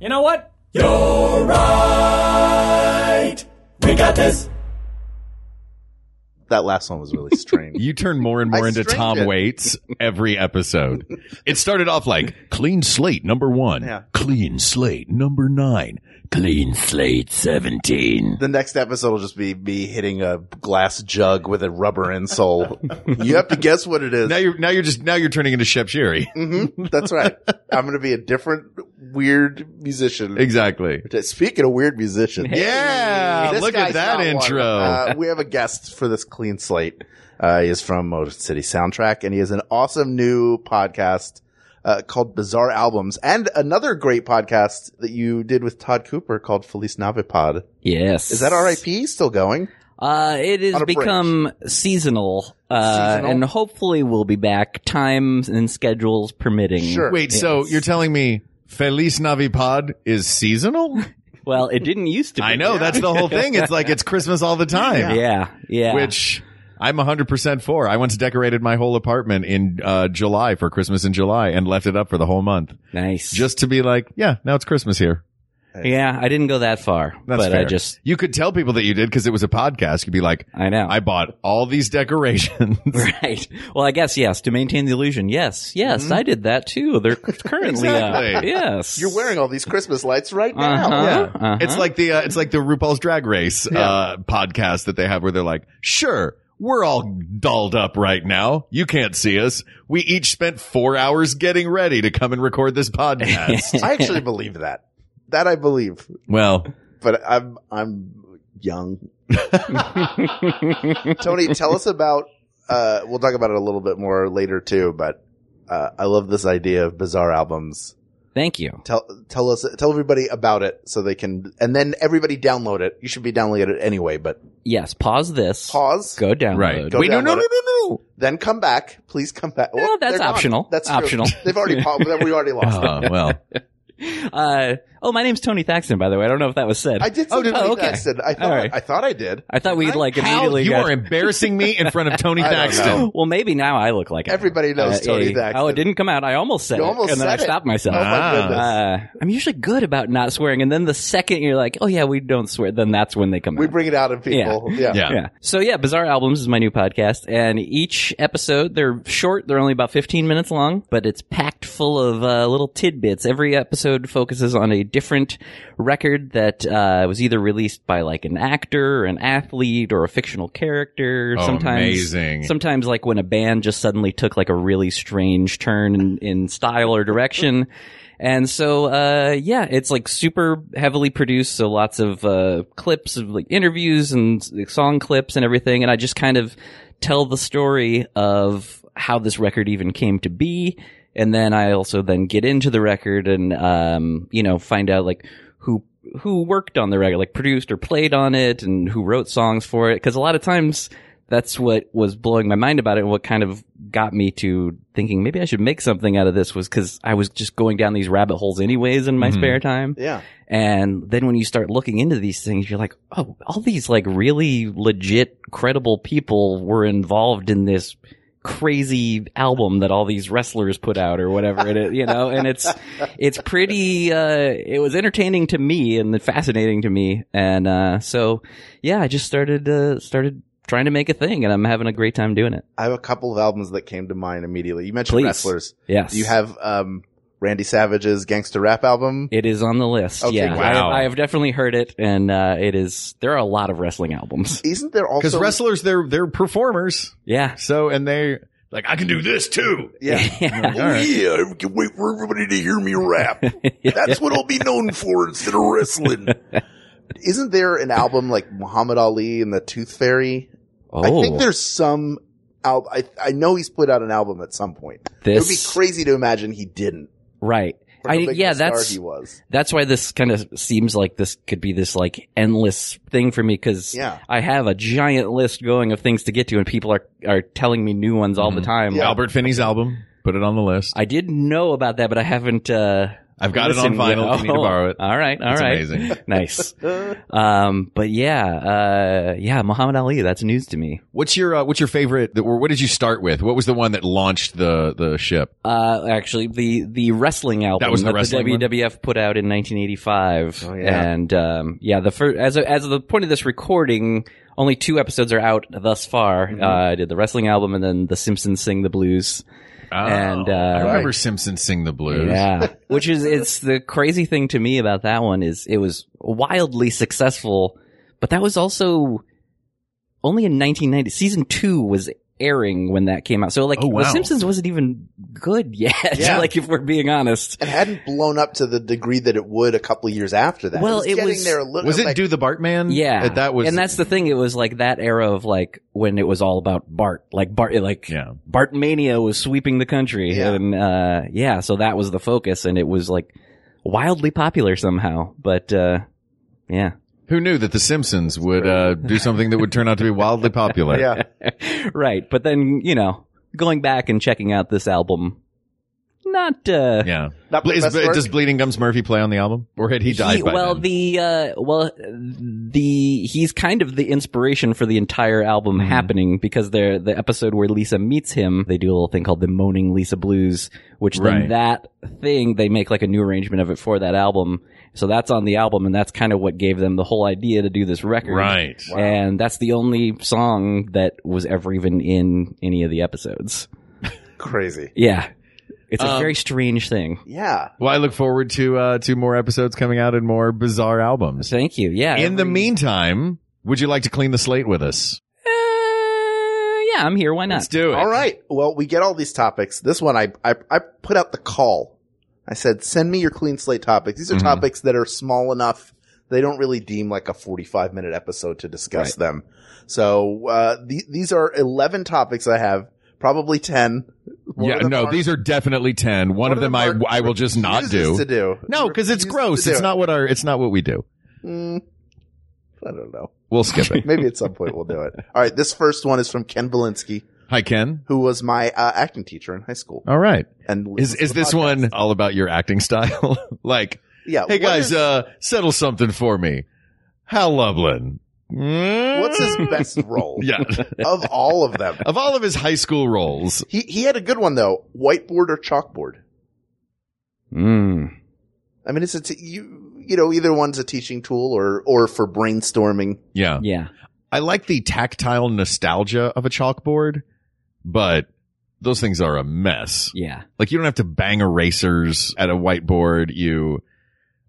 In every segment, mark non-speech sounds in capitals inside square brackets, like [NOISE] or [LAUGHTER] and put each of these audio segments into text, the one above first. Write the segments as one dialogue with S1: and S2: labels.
S1: You know what? You're right. We got this.
S2: That last one was really strange.
S3: You turn more and more
S2: I
S3: into
S2: strained
S3: Tom
S2: it.
S3: Waits every episode. it started off like clean slate number one,
S2: Yeah.
S3: clean slate number nine, clean slate 17.
S2: [LAUGHS] the next episode will just be me hitting a glass jug with a rubber insole. you have to guess what it is.
S3: Now you're, now you're just, now you're turning into Shep Sherry.
S2: Mm-hmm. That's right. I'm going to be a different weird musician.
S3: exactly.
S2: Speaking of weird musicians.
S3: Yeah.
S2: This
S3: look at
S2: guy's
S3: that
S2: got one.
S3: intro.
S2: Uh, we have a guest for this clean slate. Uh, he is from Motor City Soundtrack, and he has an awesome new podcast uh, called Bizarre Albums, and another great podcast that you did with Todd Cooper called Felice Navipod.
S4: Yes.
S2: Is that RIP still going?
S4: Uh, it
S2: On
S4: has
S2: a break.
S4: become seasonal, uh,
S2: Seasonal?
S4: and hopefully we'll be back, times and schedules permitting.
S2: Sure.
S3: Wait, so
S4: Yes.
S3: you're telling me Feliz Navipod is seasonal?
S4: Well, it didn't used to. Be.
S3: I know. That's the whole thing. It's like it's Christmas all the time.
S4: Yeah. Yeah.
S3: Which I'm 100% for. I once decorated my whole apartment in uh, July for Christmas in July and left it up for the whole month
S4: nice.
S3: just to be like, yeah, now it's Christmas here.
S4: yeah. I didn't go that far,
S3: That's
S4: but I
S3: fair.
S4: just
S3: you could tell people that you did because it was a podcast. You'd be like,
S4: I know.
S3: I bought all these decorations.
S4: [LAUGHS]
S3: [LAUGHS]
S4: right. Well, I guess yes. To maintain the illusion, yes, yes,
S2: Mm-hmm.
S4: I did that too.
S2: [LAUGHS]
S4: They're c- currently up.
S3: Exactly.
S4: Yes.
S2: You're wearing all these Christmas lights right now.
S4: Uh-huh.
S3: Yeah.
S4: Uh-huh.
S3: It's like the uh, it's like the RuPaul's Drag Race uh, podcast that they have where they're like, sure, we're all dolled up right now. You can't see us. We each spent four hours getting ready to come and record this
S4: Uh-huh.
S3: podcast.
S2: [LAUGHS] I actually believe that. That I believe,
S3: well,
S2: but I'm I'm young.
S4: [LAUGHS]
S2: Tony, tell us about. Uh, we'll talk about it a little bit more later too, but uh, I love this idea of bizarre albums.
S4: Thank you.
S2: Tell tell us tell everybody about it so they can, and then everybody download it. You should be downloading it anyway, but
S4: Yes. Pause this.
S2: pause,
S4: Go download.
S3: right.
S2: Go
S3: Wait, no, no,
S2: download
S3: no,
S2: it.
S3: no, no.
S2: then come back. Please come back.
S4: No, that's
S2: they're gone.
S4: optional.
S2: That's true.
S4: Optional.
S2: They've already paused. We already lost.
S4: [LAUGHS]
S2: them.
S3: Oh, well,
S4: Uh, oh, my name's Tony Thaxton, by the way. I don't know if that was said.
S2: I did. Say
S4: Oh, did- oh,
S2: Tony
S4: okay.
S2: Braxton. I thought
S4: All right.
S2: I thought I did.
S4: I thought we'd like immediately.
S3: you
S4: got-
S3: are embarrassing me in front of
S4: [LAUGHS]
S3: Tony
S2: I don't
S3: Daxton. [LAUGHS]
S2: know.
S4: [GASPS] well, maybe now I look like it.
S2: Everybody knows Tony Thaxton.
S4: Oh, it didn't come out. I almost said
S2: You
S4: it,
S2: almost
S4: and then I
S2: said it.
S4: stopped myself.
S2: Oh my
S3: Ah.
S2: goodness.
S4: uh, I'm usually good about not swearing, and then the second you're like, "Oh yeah, we don't swear," then that's when they come
S2: we
S4: out.
S2: bring it out in people. Yeah.
S3: Yeah.
S4: yeah. So yeah, Bizarre Albums is my new podcast, and each episode they're short; they're only about 15 minutes long, but it's packed full of uh, little tidbits. Every episode focuses on a different record that uh, was either released by like an actor, or an athlete, or a fictional character.
S3: Oh,
S4: sometimes
S3: amazing.
S4: Sometimes like when a band just suddenly took like a really strange turn in, in style or direction. And so, uh, yeah, it's like super heavily produced. So lots of, uh, clips of like interviews and s- song clips and everything. And I just kind of tell the story of how this record even came to be. And then I also then get into the record and, um, you know, find out like who who worked on the record, like produced or played on it, and who wrote songs for it. Because a lot of times that's what was blowing my mind about it, and what kind of got me to thinking maybe I should make something out of this was because I was just going down these rabbit holes anyways in my
S3: Mhm.
S4: spare time.
S2: Yeah.
S4: And then when you start looking into these things, you're like, oh, all these like really legit, credible people were involved in this crazy album that all these wrestlers put out or whatever it is, you know,
S2: [LAUGHS]
S4: and it's, it's pretty, uh, it was entertaining to me and fascinating to me. And, uh, so yeah, I just started, uh, started trying to make a thing and I'm having a great time doing it.
S2: I have a couple of albums that came to mind immediately. You mentioned
S4: Please.
S2: wrestlers.
S4: Yes.
S2: Do you have um, Randy Savage's gangster rap album?
S4: It is on the list.
S2: Okay,
S4: yeah.
S2: wow.
S4: I, have, I have definitely heard it and, uh, it is, there are a lot of wrestling albums.
S2: Isn't there also
S3: Because wrestlers, they're they're performers.
S4: Yeah.
S3: So and they like I can do this too.
S2: Yeah.
S4: Yeah.
S3: All [LAUGHS] right.
S5: Oh, Yeah, I can wait for everybody to hear
S6: [LAUGHS]
S5: me rap. That's what I'll be known for instead of wrestling.
S2: [LAUGHS] Isn't there an album like Muhammad Ali and the Tooth Fairy?
S4: Oh,
S2: I think there's some. Al- I I know he's put out an album at some point. It would be
S4: Oh, this
S2: crazy to imagine he didn't.
S4: right.
S2: Or how
S4: I-
S2: big of
S4: yeah,
S2: a star
S4: that's-
S2: he was.
S4: That's why this kind of seems like this could be this like endless thing for me because
S2: Yeah.
S4: I have a giant list going of things to get to, and people are are telling me new ones all the
S3: Mhm.
S4: time.
S2: Yeah.
S3: Albert Finney's album. Put it on the list.
S4: I did know about that, but I haven't. Uh,
S3: I've got it on
S4: listened
S3: vinyl.
S4: yet. Oh,
S3: You need to borrow it.
S4: All right, all right,
S3: It's amazing.
S4: nice.
S2: Uh,
S4: Um, but yeah, uh, yeah, Muhammad Ali. That's news to me.
S3: What's your uh, What's your favorite? Or what did you start with? What was the one that launched the the ship?
S4: Uh, actually, the the wrestling album
S3: was the wrestling one?
S4: WWF put out in 1985,
S2: Oh, yeah.
S4: and um, yeah, the first as of, as of the point of this recording, only two episodes are out thus far.
S2: Mm-hmm.
S4: Uh, I did the wrestling album, and then The Simpsons Sing the Blues.
S2: Oh.
S3: Ah.
S4: And, uh,
S3: I remember
S2: right.
S3: Simpson sing the blues. [LAUGHS]
S4: Yeah, which is it's the crazy thing to me about that one is it was wildly successful, but that was also only in 1990. Season two was airing when that came out, so like
S3: Oh, wow.
S4: The Simpsons wasn't even good [LAUGHS] yet.
S2: Yeah.
S4: like if we're being honest,
S2: it hadn't blown up to the degree that it would a couple of years after that.
S4: Well,
S2: it was
S4: it
S2: getting
S4: was-
S2: there a little.
S3: Was it
S2: like,
S3: Do the Bartman?
S4: yeah,
S3: that, that was.
S4: and that's the thing. It was like that era of like when it was all about Bart, like Bart, like
S3: yeah.
S4: Bart Mania was sweeping the country,
S2: Yeah.
S4: and uh, yeah, so that was the focus, and it was like wildly popular somehow, but uh, yeah.
S3: Who knew that the Simpsons would uh, do something that would turn out to be wildly popular?
S2: Yeah,
S3: [LAUGHS]
S4: right. But then, you know, going back and checking out this album, not, uh,
S3: Yeah.
S2: not the
S3: Is-
S2: best work.
S3: does Bleeding Gums Murphy play on the album, or had he died?
S4: he-
S3: by
S4: well,
S3: then?
S4: the, uh, well, the, he's kind of the inspiration for the entire album
S3: Mm-hmm.
S4: happening because they're, the episode where Lisa meets him, they do a little thing called the Moaning Lisa Blues, which
S3: Right.
S4: then that thing, they make like a new arrangement of it for that album. So that's on the album and that's kind of what gave them the whole idea to do this record.
S3: right.
S4: And that's the only song that was ever even in any of the episodes.
S2: crazy.
S4: Yeah. It's a
S3: Um,
S4: very strange thing.
S2: Yeah,
S3: Well, I look forward to uh, to more episodes coming out and more bizarre albums.
S4: Thank you. Yeah.
S3: In the
S4: every-
S3: meantime, would you like to clean the slate with us?
S4: Uh, yeah, I'm here. Why
S3: Let's
S4: not?
S3: do it.
S2: All right. Well, we get all these topics. This one, I, I, I put out the call. I said, send me your clean slate topics. These are
S3: Mhm.
S2: topics that are small enough. They don't really deem like a 45 minute episode to discuss them. So, uh, the, these are 11 topics I have, probably 10. One
S3: Yeah,
S2: of them
S3: no,
S2: are-
S3: these are definitely ten. One, of them,
S2: are-
S3: I I will just not do.
S2: refuses to do.
S3: No, because it's
S2: Refuses to
S3: gross.
S2: do
S3: It's
S2: it.
S3: not what our. It's not what we do.
S2: Mm, I don't know.
S3: We'll skip
S2: [LAUGHS]
S3: it.
S2: Maybe at some point we'll do it. All right. This first one is from Ken Valinsky,
S3: Hi, Ken.
S2: who was my uh, acting teacher in high school.
S3: All right.
S2: And
S3: Is
S2: listens to
S3: Oh. is
S2: the
S3: this
S2: podcast.
S3: one all about your acting style? [LAUGHS] like,
S2: Yeah.
S3: hey
S2: what
S3: guys,
S2: is-
S3: uh, settle something for me. Hal Lublin. Mm.
S2: what's
S3: [LAUGHS]
S2: his [LAUGHS] best role?
S3: Yeah.
S2: of all of them.
S3: of all of his high school roles,
S2: He he had a good one though. Whiteboard or chalkboard.
S3: Hmm.
S4: Mm.
S2: I mean, it's a t- you you know either one's a teaching tool or or for brainstorming.
S3: yeah,
S4: Yeah.
S3: I like the tactile nostalgia of a chalkboard, but those things are a mess.
S4: Yeah.
S3: Like you don't have to bang erasers at a whiteboard. You,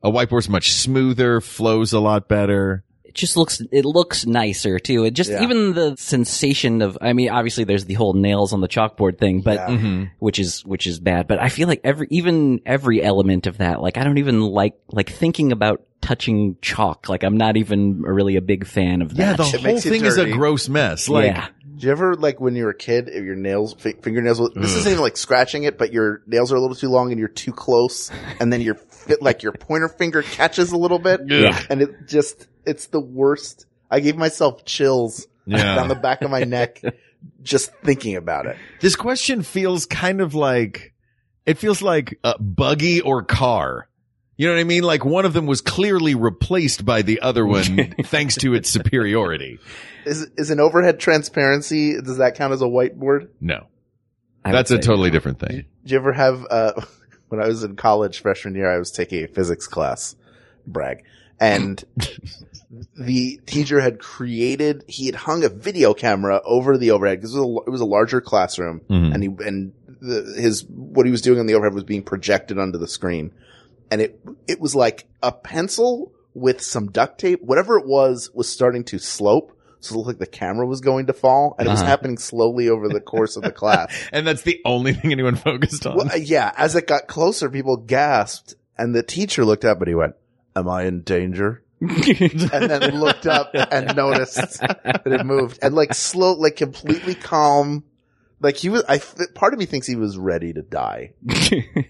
S3: a whiteboard's much smoother, flows a lot better.
S4: It just looks, it looks nicer too. It just,
S2: Yeah.
S4: even the sensation of, I mean, obviously there's the whole nails on the chalkboard thing, but
S2: Yeah.
S4: which is, which is bad. But I feel like every, even every element of that, like I don't even like, like thinking about touching chalk. Like I'm not even really a big fan of
S3: Yeah,
S4: that.
S3: the
S2: It
S3: whole
S2: makes you
S3: thing is a
S2: dirty.
S3: gross mess.
S4: [LAUGHS]
S3: Like,
S4: yeah.
S2: Do you ever like when you were a kid, if your nails fi- fingernails? will- This
S3: Ugh.
S2: isn't even like scratching it, but your nails are a little too long and you're too close, and then your fi- like your pointer finger catches a little bit,
S3: Yeah.
S2: and it just it's the worst. I gave myself chills
S3: Yeah.
S2: down the back of my neck just thinking about it.
S3: This question feels kind of like it feels like a buggy or car. You know what I mean? Like one of them was clearly replaced by the other one thanks to its superiority.
S2: Is is an overhead transparency? Does that count as a whiteboard?
S3: No,
S4: I would
S3: that's a
S4: say.
S3: totally different thing.
S2: Did you ever have uh [LAUGHS] when I was in college freshman year I was taking a physics class brag and the teacher had created he had hung a video camera over the overhead because it, was a- it was a larger classroom
S3: Mhm.
S2: and he and the, his what he was doing on the overhead was being projected onto the screen and it it was like a pencil with some duct tape whatever it was was starting to slope so it looked like the camera was going to fall and it was
S4: Uh-huh.
S2: happening slowly over the course of the class
S3: And that's the only thing anyone focused on.
S2: well, uh, yeah, as it got closer, people gasped, and the teacher looked up and he went, "Am I in danger?"
S4: [LAUGHS]
S2: and then looked up and noticed that it moved, and like slow, like completely calm, Like he was, I f- part of me thinks he was ready to die.
S4: [LAUGHS]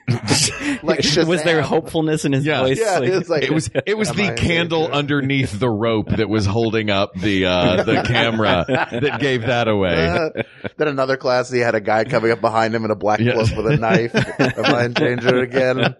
S2: Like
S4: was there
S2: Shazam.
S4: hopefulness in his
S3: Yeah.
S4: voice?
S2: Yeah, it was like
S3: It was it was
S2: Am
S3: the
S2: I
S3: candle
S2: there?
S3: underneath the rope that was holding up the uh,
S2: [LAUGHS]
S3: the camera that gave that away.
S2: Uh, then another class, he had a guy coming up behind him in a black
S3: Yeah.
S2: cloak with a knife. a
S3: [LAUGHS]
S2: mind changer again.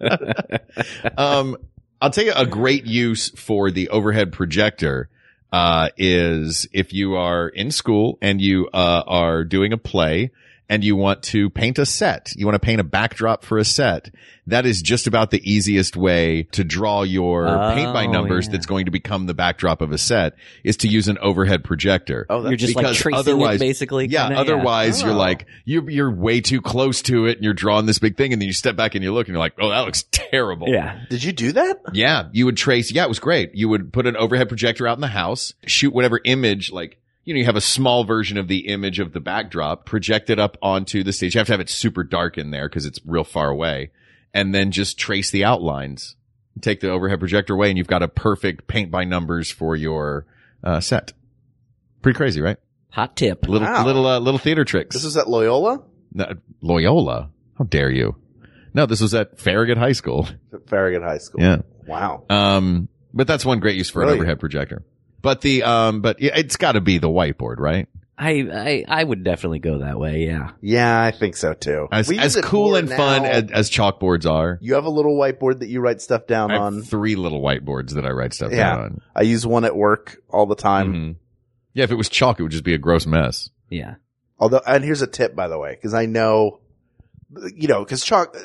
S3: Um, I'll tell you a great use for the overhead projector uh, is if you are in school and you uh, are doing a play and you want to paint a set, you want to paint a backdrop for a set. That is just about the easiest way to draw your
S4: Oh,
S3: paint by numbers.
S4: yeah.
S3: That's going to become the backdrop of a set is to use an overhead projector.
S2: Oh,
S4: You're
S2: that's
S4: just like
S3: because
S4: tracing it
S3: otherwise-
S4: basically.
S3: Yeah.
S4: kinda,
S3: otherwise, you're
S2: Oh.
S3: like you're you're way too close to it, and you're drawing this big thing, and then you step back and you look, and you're like, oh, that looks terrible.
S4: Yeah.
S2: Did you do that?
S3: Yeah, you would trace. Yeah, it was great. You would put an overhead projector out in the house, shoot whatever image, like, you know, you have a small version of the image of the backdrop, project it up onto the stage. You have to have it super dark in there because it's real far away. And then just trace the outlines. Take the overhead projector away and you've got a perfect paint by numbers for your uh, set. Pretty crazy, right?
S4: Hot tip.
S3: Little,
S2: Wow.
S3: little, uh, little theater tricks.
S2: This was at Loyola?
S3: No, Loyola. How dare you? No, this was at Farragut High School.
S2: At Farragut High School.
S3: Yeah.
S2: Wow.
S3: Um, but that's one great use for an
S2: Brilliant.
S3: overhead projector. But the um, but it- it's got to be the whiteboard, right?
S4: I, I I would definitely go that way. Yeah.
S2: Yeah, I think so too.
S3: As,
S2: We use
S3: as
S2: it
S3: cool
S2: more
S3: and fun
S2: now.
S3: as, as chalkboards are,
S2: you have a little whiteboard that you write stuff down
S3: I
S2: on.
S3: have three little whiteboards that I write stuff
S2: Yeah.
S3: down
S2: I use one at work all the
S3: on.
S2: time.
S3: Mhm. Yeah, if it was chalk, it would just be a gross mess.
S4: Yeah.
S2: Although, and here's a tip, by the way, because I know, you know, because chalk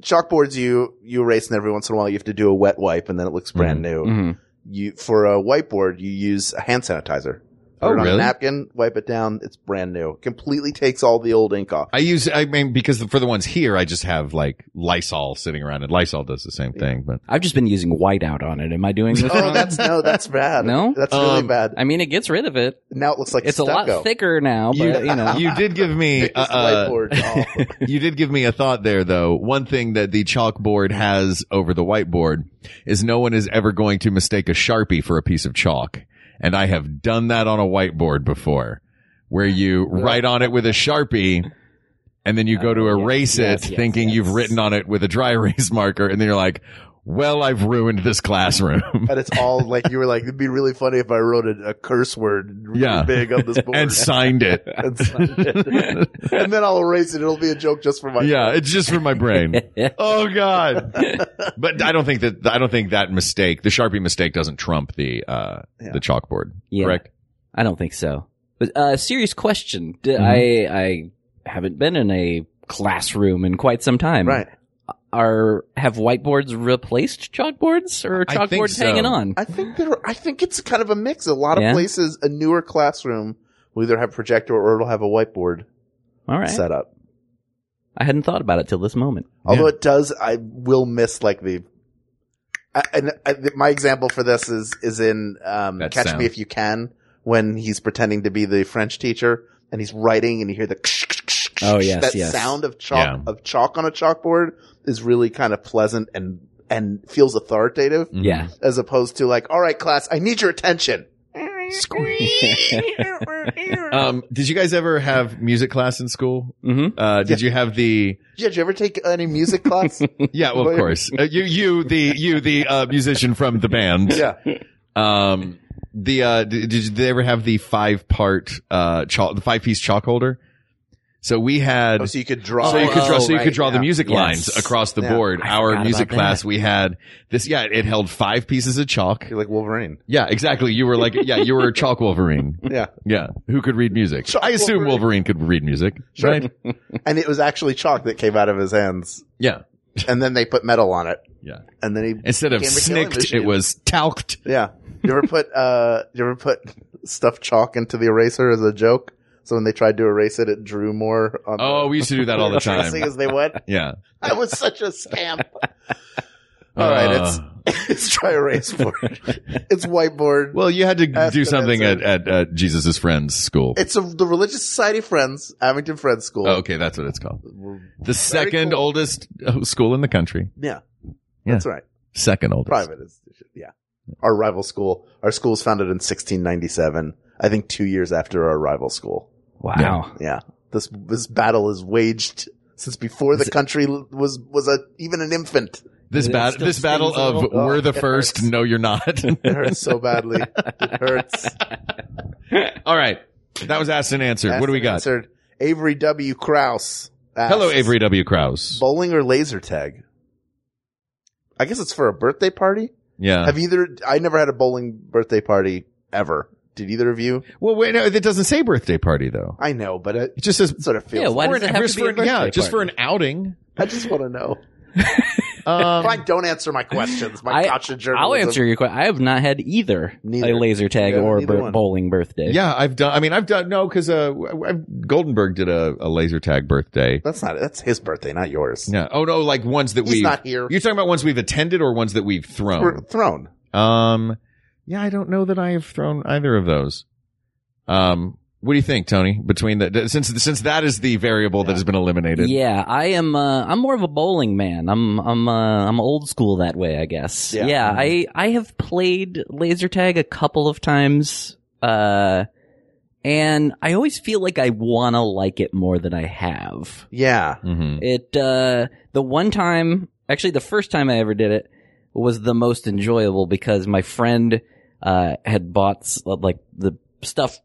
S2: chalkboards you you erase, and every once in a while you have to do a wet wipe, and then it looks
S3: Mm-hmm.
S2: brand new.
S4: Mhm.
S2: You for a whiteboard, you use a hand sanitizer.
S3: Oh,
S2: Put it on a
S3: really?
S2: napkin, wipe it down. It's brand new. Completely takes all the old ink off.
S3: I use, I mean, because for the ones here, I just have like Lysol sitting around, and Lysol does the same thing. But
S4: I've just been using whiteout on it. Am I doing
S3: [LAUGHS]
S4: this
S2: oh,
S4: wrong?
S2: that's no, that's bad.
S4: No?
S2: that's really
S3: Um,
S2: bad.
S4: I mean, it gets rid of it.
S2: now it looks like
S4: It's a lot
S2: stucco.
S4: thicker now, but you,
S2: [LAUGHS]
S4: know.
S3: you did give me
S2: Thick as the
S3: uh,
S2: whiteboard. Oh.
S3: you did give me a thought there though. One thing that the chalkboard has over the whiteboard is no one is ever going to mistake a Sharpie for a piece of chalk. And I have done that on a whiteboard before where you write on it with a Sharpie and then you go to
S4: yes,
S3: erase
S4: yes,
S3: it
S4: yes,
S3: thinking
S4: yes.
S3: you've written on it with a dry [LAUGHS] erase marker. And then you're like, well, I've ruined this classroom [LAUGHS]
S2: and it's all like you were like, it'd be really funny if I wrote a, a curse word really
S3: Yeah.
S2: big on this
S3: [LAUGHS]
S2: board.
S3: and signed it.
S2: and signed it. [LAUGHS] And then I'll erase it. It'll be a joke just for my.
S3: yeah, it's just for my
S2: [LAUGHS]
S3: brain. oh God! But I don't think that I don't think that mistake, the Sharpie mistake, doesn't trump the uh,
S2: Yeah.
S3: the chalkboard.
S4: Yeah.
S3: Correct.
S4: I don't think so. But uh, serious question. D-
S3: Mm-hmm.
S4: I I haven't been in a classroom in quite some time.
S2: Right.
S4: Are have whiteboards replaced chalkboards or are
S3: I think
S4: chalkboards
S3: so.
S4: hanging on?
S2: I think there. I think it's kind of a mix. A lot of
S4: Yeah.
S2: places, a newer classroom will either have projector or it'll have a whiteboard
S4: All right.
S2: set up.
S4: I hadn't thought about it till this moment.
S2: Although it does, I will miss like the. I, and I, th- my example for this is is in um,
S3: That
S2: Catch
S3: sound.
S2: Me If You Can when he's pretending to be the French teacher and he's writing and you hear the
S4: Oh, yes,
S2: that
S4: yes.
S2: sound of chalk
S3: Yeah.
S2: of chalk on a chalkboard is really kind of pleasant and and feels authoritative
S3: Mm-hmm.
S4: Yeah.
S2: as opposed to like all right class I need your attention
S3: [LAUGHS] Um, did you guys ever have music class in school?
S4: Mm-hmm.
S3: Uh, did you have the?
S2: yeah did you ever take any
S3: [LAUGHS]
S2: music class
S3: Yeah, well, of course. Uh, you, you, the, you, the uh, musician from the band.
S2: yeah
S3: Um, the uh, did, did they ever have the five part uh chalk, the five piece chalk holder? So we had.
S2: oh, so you could draw
S3: so you could draw,
S4: Oh,
S3: so you
S2: right,
S3: could draw the
S2: yeah.
S3: music
S4: Yes.
S3: lines across the
S2: Yeah.
S3: board.
S4: I forgot
S3: Our
S4: about
S3: music
S4: that.
S3: class, we had this. Yeah, it held five pieces of chalk.
S2: you're like Wolverine
S3: Yeah, exactly. You were like, yeah, you
S2: [LAUGHS]
S3: were a chalk Wolverine.
S2: yeah
S3: Yeah, who could read music?
S2: Chalk
S3: I assume
S2: Wolverine.
S3: Wolverine. could read music,
S2: Sure.
S3: right?
S2: and it was actually chalk that came out of his hands
S3: Yeah,
S2: and then they put metal on it
S3: yeah.
S2: and then he
S3: Instead of
S2: became a killing
S3: snicked,
S2: machine.
S3: it was talked.
S2: Yeah. You ever put uh you ever put stuffed chalk into the eraser as a joke? So when they tried to erase it, it drew more on
S3: Oh, we used to do that
S2: [LAUGHS]
S3: all the
S2: erasing
S3: time.
S2: as they
S3: [LAUGHS]
S2: went.
S3: Yeah.
S2: I was such a scamp. All right, it's
S3: Uh,
S2: it's try erase board. It's whiteboard.
S3: well, you had to
S2: Ask
S3: do
S2: and
S3: something at
S2: answer.
S3: at uh, Jesus's friends school.
S2: it's a, the Religious Society Friends, Abington Friends School.
S3: Oh, okay, that's what it's called. The second
S2: cool.
S3: oldest uh, school in the country.
S2: Yeah.
S3: Yeah.
S2: That's right.
S3: Second oldest.
S2: Private institution. Yeah. Our rival school. Our school was founded in 1697. I think two years after our rival school.
S4: Wow.
S2: Yeah. This this battle is waged since before the country was was a even an infant.
S3: This
S4: It
S3: bat,
S4: still
S3: this battle
S4: stings a
S3: of
S2: little.
S3: we're
S2: Oh,
S3: the
S2: it
S3: first,
S2: hurts.
S3: no, you're not. [LAUGHS]
S2: It hurts so badly. It hurts.
S3: All right, that was asked and answered. [LAUGHS] what do we got?
S2: Answered Avery W. Krause. asks,
S3: Hello, Avery W. Krause.
S2: Bowling or laser tag? I guess it's for a birthday party.
S3: Yeah.
S2: Have either? I never had a bowling birthday party ever. Did either of you?
S3: well, wait, no, it doesn't say birthday party though.
S2: I know, but it
S3: It just says
S2: sort of feels.
S4: Yeah, why
S3: for
S4: does it
S3: an-
S4: have
S3: just
S4: to be
S3: for
S4: a
S3: an- yeah,
S4: birthday
S3: just for
S4: party?
S3: an
S2: [LAUGHS]
S3: outing.
S2: I just want to know.
S3: Um,
S2: Fine, don't answer my questions. My
S4: I-
S2: gotcha journalism.
S4: I'll answer your question. I have not had either
S2: Neither.
S4: a laser tag
S2: Yeah,
S4: or
S2: neither
S4: bir-
S2: one.
S4: bowling birthday.
S3: yeah, I've done. I mean, I've done no because uh, I've, Goldenberg did a, a laser tag birthday.
S2: That's not. That's his birthday, not yours.
S3: Yeah. Oh no, like ones that
S2: He's
S3: we.
S2: not here.
S3: You're talking about ones we've attended or ones that we've
S2: We're
S3: thrown.
S2: thrown.
S3: Um, yeah, I don't know that I have thrown either of those. Um, what do you think, Tony? Between the since since that is the variable that has been eliminated.
S4: Yeah, I am. Uh, I'm more of a bowling man. I'm. I'm. Uh, I'm old school that way, I guess.
S2: Yeah. Mm-hmm.
S4: Yeah. I. I have played laser tag a couple of times, uh, and I always feel like I wanna like it more than I have.
S2: Yeah.
S3: Mhm.
S4: It. Uh, the one time, actually, the first time I ever did it was the most enjoyable because my friend uh had bought s- like the stuff.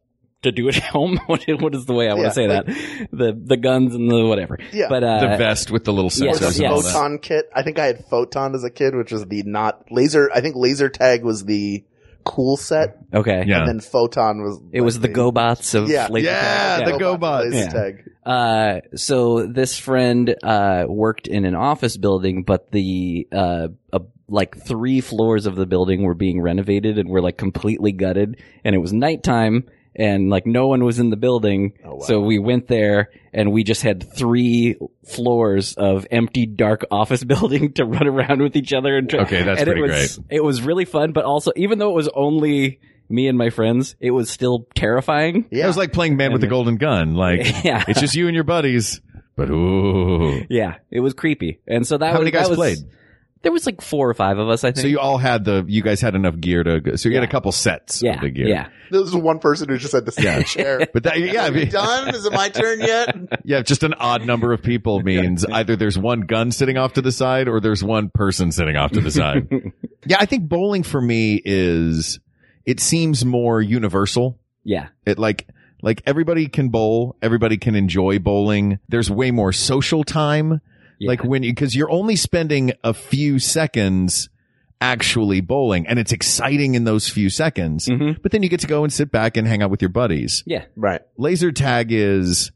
S4: To do at [LAUGHS] home, what is the way I want
S2: Yeah,
S4: to say
S2: like-
S4: that? The the guns and the whatever.
S2: Yeah.
S4: But uh,
S3: the vest with the little
S2: Or
S4: Yes,
S3: sensors
S2: the
S3: and all
S4: yes.
S3: that.
S2: photon kit. I think I had photon as a kid, which was the not laser. I think laser tag was the cool set,
S4: Okay.
S3: Yeah.
S2: and then photon was.
S4: It was the GoBots of
S2: Yeah.
S4: laser
S3: Yeah,
S4: tag.
S3: the Go- GoBots.
S2: Laser
S4: Yeah.
S2: tag.
S4: uh, so this friend uh, worked in an office building, but the uh, uh, like three floors of the building were being renovated and were like completely gutted, and it was nighttime. And like no one was in the building,
S2: Oh, wow.
S4: so we went there and we just had three floors of empty, dark office [LAUGHS] building to run around with each other. And try-
S3: Okay, that's
S4: and
S3: pretty
S4: it was, great. It was really fun, but also even though it was only me and my friends, it was still terrifying.
S3: It
S2: Yeah.
S3: was like playing man with the golden gun. Like
S4: [LAUGHS] Yeah.
S3: it's just you and your buddies. But ooh,
S4: Yeah, it was creepy. And so that
S3: how
S4: was,
S3: many guys
S4: that was-
S3: played?
S4: There was like four or five of us, I think.
S3: So you all had the you guys had enough gear to go. So you had
S4: Yeah.
S3: a couple sets
S4: yeah,
S3: of the gear.
S4: yeah,
S2: There was one person who just had to sit in a chair.
S3: But that [LAUGHS] yeah, I
S2: Are we
S3: mean,
S2: done? Is it my turn yet?
S3: [LAUGHS] yeah, just an odd number of people means either there's one gun sitting off to the side or there's one person sitting off to the side. yeah, I think bowling for me is it seems more universal.
S4: yeah,
S3: It like like everybody can bowl, everybody can enjoy bowling. There's way more social time.
S4: Yeah.
S3: Like when you cuz you're only spending a few seconds actually bowling and it's exciting in those few seconds.
S4: Mhm.
S3: But then you get to go and sit back and hang out with your buddies
S4: yeah.
S2: Right.
S3: laser tag is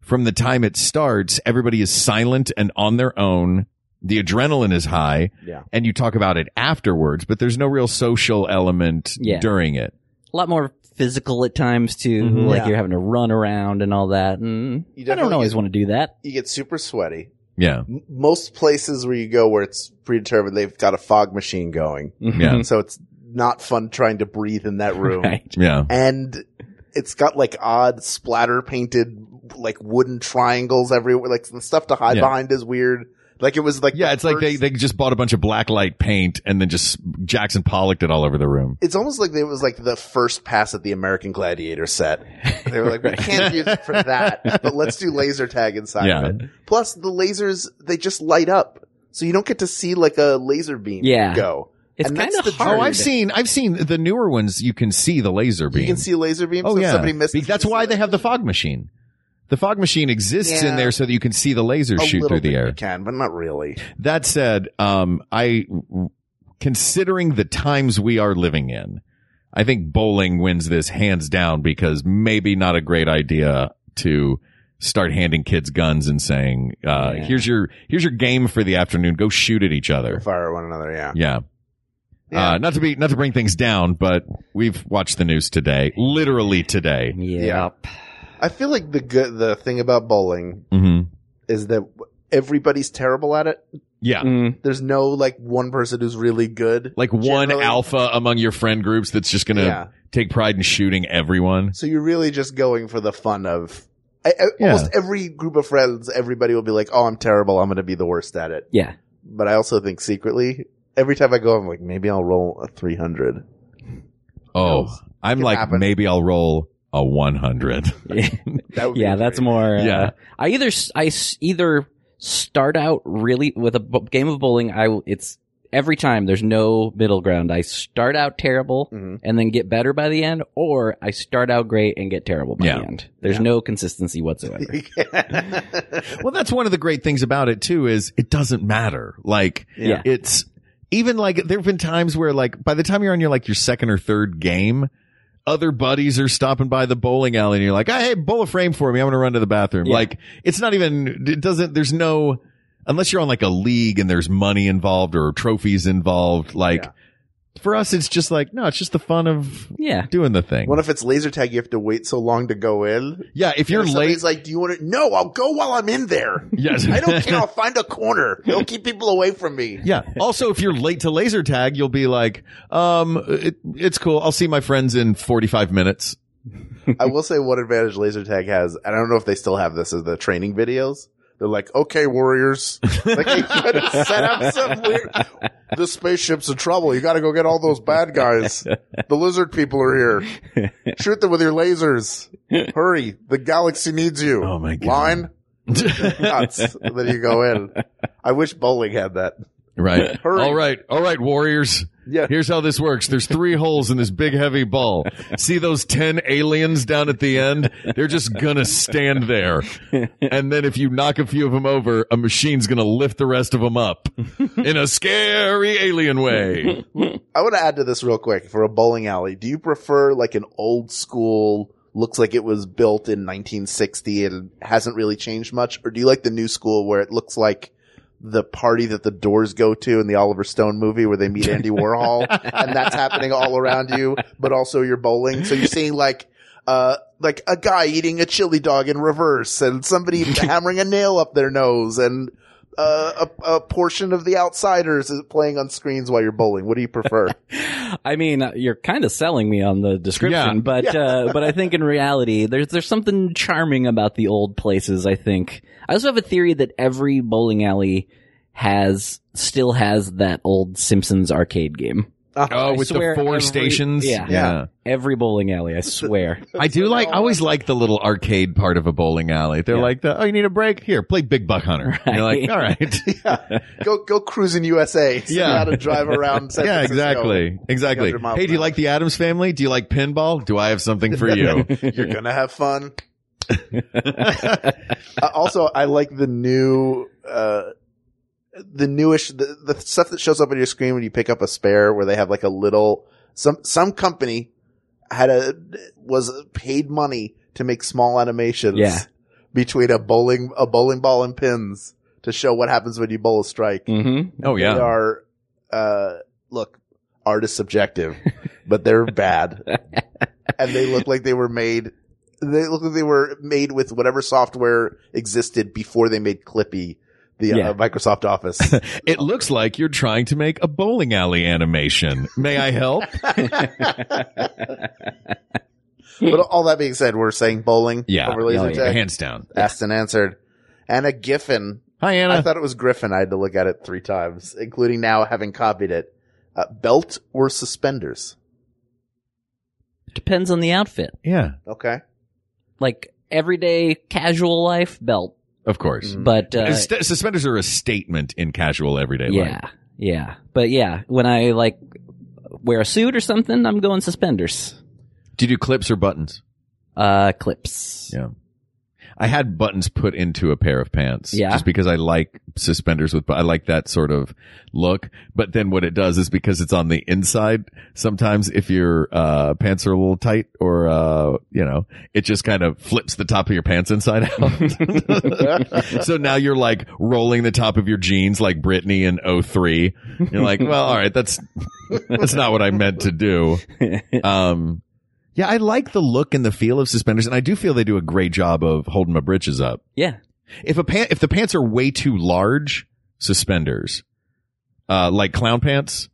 S3: from the time it starts, everybody is silent and on their own. The adrenaline is high.
S2: Yeah.
S3: And you talk about it afterwards, but there's no real social element
S4: Yeah.
S3: during it.
S4: A lot more physical at times too.
S3: Mhm.
S4: Like
S2: Yeah.
S4: you're having to run around and all that. And
S2: You
S4: I don't
S2: definitely
S4: always
S2: get-
S4: want to do that.
S2: You get super sweaty.
S3: Yeah.
S2: M- Most places where you go where it's predetermined, they've got a fog machine going.
S3: Yeah.
S2: [LAUGHS] So it's not fun trying to breathe in that room.
S4: [LAUGHS] right.
S3: Yeah.
S2: and it's got like odd splatter painted like wooden triangles everywhere. Like the stuff to hide
S3: Yeah.
S2: behind is weird. Like it was like
S3: Yeah.
S2: the
S3: It's like they,
S2: first-
S3: they just bought a bunch of black light paint and then just Jackson Pollocked it all over the room.
S2: It's almost like it was like the first pass at the American Gladiator set. They were like, we can't use it for that, but let's do laser tag inside
S3: Yeah.
S2: of it. Plus, the lasers they just light up, so you don't get to see like a laser beam
S4: Yeah.
S2: go.
S4: It's
S2: And that's
S4: kinda
S2: the
S4: hard.
S3: Oh,
S2: turn.
S3: I've seen, I've seen the newer ones. You can see the laser beam.
S2: You can see a laser beam.
S3: oh
S2: so if
S3: yeah.
S2: somebody missed.
S3: Be- That's why they have the fog machine. The fog machine exists
S2: Yeah.
S3: in there so that you can see the laser
S2: a
S3: shoot
S2: little
S3: through the
S2: bit
S3: air.
S2: You can, but not really.
S3: That said, um, I, considering the times we are living in, I think bowling wins this hands down because maybe not a great idea to start handing kids guns and saying, uh,
S4: Yeah.
S3: here's your, here's your game for the afternoon. Go shoot at each other.
S2: Fire at one another. Yeah.
S3: Yeah.
S2: Yeah.
S3: Uh, not to be, not to bring things down, but we've watched the news today, literally today.
S2: Yeah.
S4: Yep.
S2: I feel like the good the thing about bowling
S3: Mm-hmm.
S2: is that everybody's terrible at it.
S3: Yeah.
S4: Mm.
S2: There's no like one person who's really good.
S3: Like one
S2: Generally-
S3: alpha among your friend groups that's just going to
S2: Yeah.
S3: take pride in shooting everyone.
S2: So you're really just going for the fun of. I, I,
S3: Yeah.
S2: Almost every group of friends, everybody will be like, "Oh, I'm terrible. I'm going to be the worst at it."
S4: Yeah. [LAUGHS]
S2: But I also think secretly, every time I go, I'm like, maybe I'll roll a 300.
S3: Oh, I'm
S2: It
S3: like
S2: happened.
S3: maybe I'll roll a 100.
S2: That would be
S4: yeah, that's more. Uh,
S3: Yeah.
S4: I either s- I s- either start out really with a bu- game of bowling. I will- it's every time there's no middle ground. I start out terrible
S3: Mm-hmm.
S2: Mhm.
S4: and then get better by the end, or I start out great and get terrible by
S3: Yeah.
S4: the end. There's no
S3: [LAUGHS]
S4: consistency whatsoever.
S3: [LAUGHS] well, that's one of the great things about it too is it doesn't matter. Like
S4: Yeah.
S3: it's even like there've been times where like by the time you're on your like your second or third game, other buddies are stopping by the bowling alley and you're like, "Hey, bowl a frame for me. I'm going to run to the bathroom."
S4: Yeah.
S3: Like it's not even it doesn't there's no unless you're on like a league and there's money involved or trophies involved like for us it's just like no, it's just the fun of
S4: yeah.
S3: doing the thing.
S2: Well, if it's laser tag, you have to wait so long to go in.
S3: yeah, if you're
S2: If somebody's
S3: late
S2: like, do you want to? No, I'll go while I'm in there.
S3: Yes.
S2: I
S3: [LAUGHS]
S2: [LAUGHS] don't care. I'll find a corner. It'll keep people away from me.
S3: Yeah. Also, if you're late to laser tag, you'll be like, um, it, it's cool. I'll see my friends in 45 minutes. [LAUGHS]
S2: I will say one advantage laser tag has, and I don't know if they still have this, is the training videos. They're like, okay, warriors. Like they could have set up some weird. This spaceship's in trouble. You got to go get all those bad guys. The lizard people are here. Shoot them with your lasers. Hurry! The galaxy needs you.
S3: Oh, my God. [LAUGHS]
S2: Line nuts. then you go in. I wish bowling had that.
S3: Right.
S2: [LAUGHS] Hurry.
S3: All right. All right, warriors.
S2: Yeah.
S3: Here's how this works. There's three holes in this big heavy ball. See those 10 aliens down at the end? They're just going to stand there. And then if you knock a few of them over, a machine's going to lift the rest of them up in a scary alien
S2: [LAUGHS]
S3: way.
S2: I want to add to this real quick for a bowling alley. Do you prefer like an old school, looks like it was built in 1960 and hasn't really changed much? Or do you like the new school where it looks like the party that the doors go to in the Oliver Stone movie where they meet Andy Warhol and that's happening all around you, but also you're bowling. So you're seeing like, uh, like a guy eating a chili dog in reverse and somebody hammering a nail up their nose and uh, a, a portion of the outsiders is playing on screens while you're bowling. What do you prefer?
S4: I mean, uh, you're kind of selling me on the description,
S3: Yeah.
S4: but uh, but I think in reality, there's there's something charming about the old places. I think I also have a theory that every bowling alley has still has that old Simpsons arcade game.
S3: Oh,
S4: I
S3: with the
S4: swear
S3: four
S4: every-
S3: stations.
S4: yeah.
S2: Yeah.
S4: Every bowling alley, I swear.
S3: I do like.
S4: Oh,
S3: I always like the little arcade part of a bowling alley. They're like, the, "Oh, you need a break? Here, play Big Buck
S4: [LAUGHS]
S3: Hunter." And you're like,
S4: Right.
S3: "All right,
S2: go go cruising [LAUGHS] USA. See
S3: Yeah.
S2: how to drive around.
S3: [LAUGHS] [LAUGHS]
S2: San
S3: yeah,
S2: Francisco.
S3: exactly, exactly."
S2: 300 miles
S3: Hey, do you
S2: an
S3: like the Adams Family? Do you like pinball? Do I have something for
S4: [LAUGHS]
S3: you? [LAUGHS]
S2: You're gonna have fun. Uh, also, I like the new, uh, the newish, the, the stuff that shows up on your screen when you pick up a spare, where they have like a little some some company had a was paid money to make small animations
S4: Yeah.
S2: between a bowling a bowling ball and pins to show what happens when you bowl a strike.
S4: hmm
S3: oh
S2: They
S3: yeah,
S2: are, uh, look, art is subjective, but
S4: [LAUGHS]
S2: they're bad. and they look like they were made, they look like they were made with whatever software existed before they made Clippy, the
S4: Yeah.
S2: uh, Microsoft
S4: [LAUGHS]
S2: Office.
S3: it looks like you're trying to make a bowling alley animation. May I
S4: [LAUGHS]
S3: help?
S2: but all that being said, we're saying bowling
S3: Yeah.
S2: over laser
S4: Oh, yeah. Uh.
S2: tag.
S3: Hands down.
S2: Asked and answered. Anna Giffen.
S3: Hi,
S2: I
S3: Anna.
S2: thought it was Griffin. I had to look at it three times, including now having copied it. Uh, belt or suspenders?
S4: Depends on the outfit.
S3: yeah,
S2: Okay.
S4: Like everyday casual life belt,
S3: of course.
S4: but uh,
S3: St- suspenders are a statement in casual everyday
S4: yeah,
S3: life.
S4: yeah. But yeah, when I like wear a suit or something, I'm going suspenders.
S3: Do you do clips or buttons?
S4: Uh, clips.
S3: Yeah. I had buttons put into a pair of pants.
S4: Yeah.
S3: Just because I like suspenders with, bu- I like that sort of look. But then what it does is because it's on the inside, sometimes if your, uh, pants are a little tight or, uh, you know, it just kind of flips the top of your pants inside out. [LAUGHS] so now you're like rolling the top of your jeans like Britney in 03. You're like, well, all right, that's, [LAUGHS] that's not what I meant to do. Um, yeah, I like the look and the feel of suspenders, and I do feel they do a great job of holding my britches up.
S4: Yeah.
S3: If a pant, if the pants are way too large, suspenders, uh, like clown pants,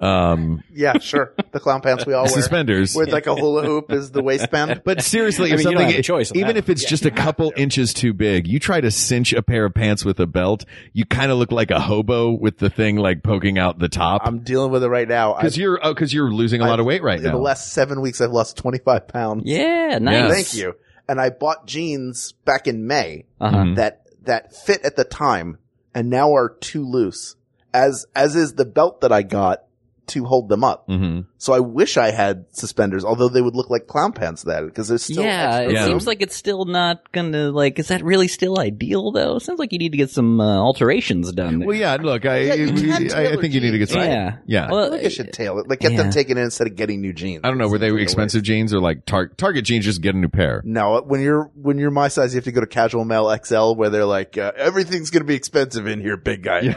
S3: Um,
S2: Yeah, sure. The clown
S3: [LAUGHS]
S2: pants we all wear.
S3: Suspenders.
S2: With like a hula hoop is the waistband.
S3: [LAUGHS]
S7: [LAUGHS]
S3: But seriously, if
S7: mean, you don't
S3: something,
S7: have a choice on
S3: even
S7: that
S3: if it's just a couple inches too big, you try to cinch a pair of pants with a belt, you kind of look like a hobo with the thing like poking out the top.
S2: I'm dealing with it right now.
S3: Because
S2: I've-
S3: you're oh, because you're losing a lot of weight right
S2: In the
S3: now.
S2: last seven weeks, I've lost 25 pounds.
S4: Yeah, nice.
S2: Thank you. And I bought jeans back in May
S4: Uh-huh.
S3: Mm-hmm.
S2: that that fit at the time and now are too loose. As as is the belt that I got to hold them up.
S3: hmm
S2: So I wish I had suspenders, although they would look like clown pants then, because they're still
S4: yeah,
S2: extra
S4: it
S3: Yeah.
S4: seems like it's still not gonna like. Is that really still ideal though? It sounds like you need to get some uh, alterations done. there.
S3: Well, yeah. Look, I
S2: Yeah, you can
S3: I, I
S2: tailor
S3: think you need to get some.
S4: yeah,
S3: yeah.
S2: I think I should tail it. Like get them
S4: Yeah.
S2: taken in instead of getting new jeans.
S3: I don't know. Were they expensive jeans or like tar- Target jeans? Just get a new pair.
S2: No, when you're when you're my size, you have to go to Casual Male XL, where they're like, uh, everything's gonna be expensive in here, big guy. Yeah,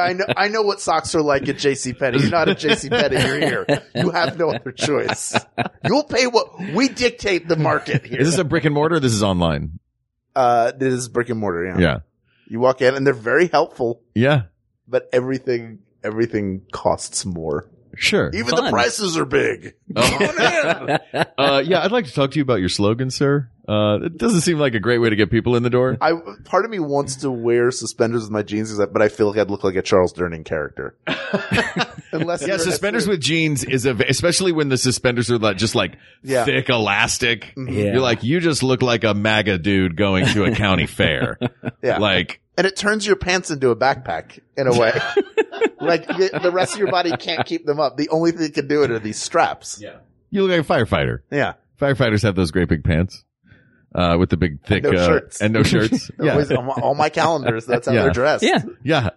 S2: I know. I know what socks are like at J.C. Penney. You're not at J.C. Penney. You're here. You have no other choice. You'll pay what we dictate the market here.
S3: Is this a brick and mortar? or This is online.
S2: uh, this is brick and mortar. Yeah.
S3: Yeah.
S2: you walk in and they're very helpful,
S3: Yeah.
S2: but everything everything costs more.
S3: Sure. Oh.
S2: Even the
S4: Fun.
S2: prices are big.
S3: [LAUGHS] Uh, yeah, I'd like to talk to you about your slogan, sir. Uh, it doesn't seem like a great way to get people in the door.
S2: [LAUGHS] I part of me wants to wear suspenders with my jeans, but I feel like I'd look like a Charles Durning character. [LAUGHS] Unless
S3: Yeah,
S2: you're-
S3: suspenders with jeans is a, especially when the suspenders are like, just like
S2: Yeah. Mm-hmm.
S3: thick elastic.
S4: Yeah.
S3: You're like, you just look like a MAGA dude going to a
S2: [LAUGHS]
S3: county fair.
S2: Yeah.
S3: Like,
S2: and it turns your pants into a backpack in a [LAUGHS] way. like the, the rest of your body can't keep them up. The only thing that can do it are these straps. Yeah,
S3: you look like a firefighter.
S2: yeah.
S3: Firefighters have those great big pants, uh, with the big thick,
S2: no
S3: uh,
S2: shirts.
S3: and no shirts. yeah.
S2: [LAUGHS] Always on my- all my calendars, that's how
S3: Yeah.
S2: they're dressed.
S4: yeah.
S3: Yeah.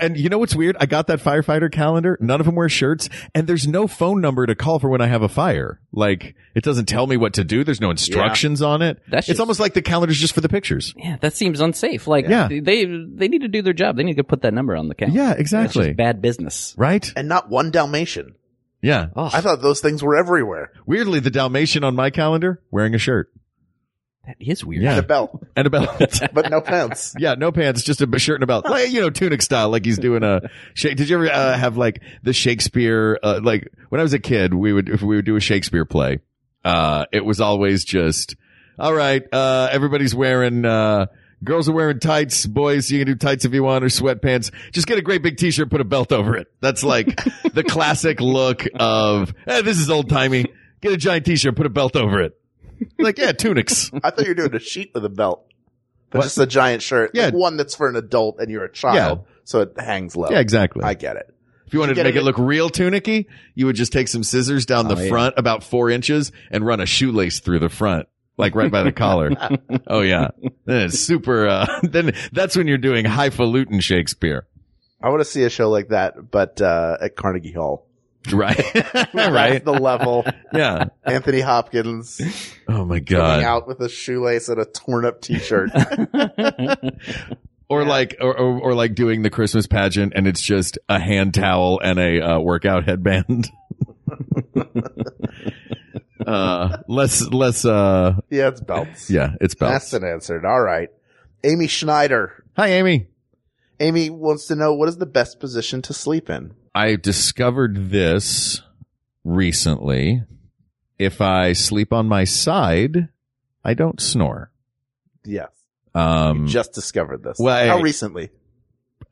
S3: And you know what's weird? I got that firefighter calendar. None of them wear shirts and there's no phone number to call for when I have a fire. Like it doesn't tell me what to do. There's no instructions on it.
S4: That's
S3: it's
S4: just-
S3: almost like the calendar's just for the pictures.
S4: Yeah, that seems unsafe. Like,
S3: Yeah.
S4: they they need to do their job. They need to put that number on the calendar.
S3: Yeah,
S4: That's
S3: exactly.
S4: just bad business.
S3: Right?
S2: and not one Dalmatian.
S3: Yeah.
S4: Oh,
S2: I thought those things were everywhere.
S3: Weirdly, the Dalmatian on my calendar wearing a shirt
S4: that is weird.
S3: Yeah.
S2: And a belt,
S3: and a
S4: [LAUGHS]
S3: belt.
S2: but no pants.
S3: yeah, no pants, just a b- shirt and a belt. Like, you know, tunic style, like he's doing a shake. Did you ever uh, have like the Shakespeare? Uh, like when I was a kid, we would, if we would do a Shakespeare play, uh, it was always just, all right, uh, everybody's wearing, uh, Girls are wearing tights. Boys, you can do tights if you want or sweatpants. Just get a great big t-shirt, put a belt over it. That's like the classic look of, eh, this is old timey. Get a giant t-shirt, put a belt over it. Like, yeah, tunics.
S2: I thought you were doing a sheet with a belt, but just a giant shirt.
S3: Yeah.
S2: like one that's for an adult and you're a child, so it hangs low.
S3: [LAUGHS] Yeah, exactly.
S2: I get it.
S3: If you wanted to
S2: get
S3: make
S2: it-
S3: it look real tunicky, you would just take some scissors down the
S4: Oh, yeah.
S3: front about four inches and run a shoelace through the front, like right by the
S2: [LAUGHS]
S3: collar. Oh yeah, then it's super. Uh, [LAUGHS] then that's when you're doing highfalutin Shakespeare,
S2: I want to see a show like that, but uh, at Carnegie
S3: [LAUGHS]
S2: Hall.
S3: right?
S2: [LAUGHS] That's
S3: right?
S2: the level.
S3: [LAUGHS] Yeah.
S2: Anthony Hopkins
S3: Oh my
S2: coming
S3: god.
S2: out with a shoelace and a torn
S3: [LAUGHS]
S2: up T-shirt.
S3: Or like, or, or or like doing the Christmas pageant, and it's just a hand towel and a uh, workout headband. [LAUGHS] uh, less, less. Uh,
S2: yeah, it's belts.
S3: yeah, it's belts.
S2: that's an answer. All right, Amy Schneider.
S3: Hi, Amy.
S2: Amy wants to know what is the best position to sleep in.
S3: I discovered this recently. If I sleep on my side, I don't snore.
S2: Yes,
S3: Um,
S2: just discovered this.
S3: Well, I-
S2: How recently?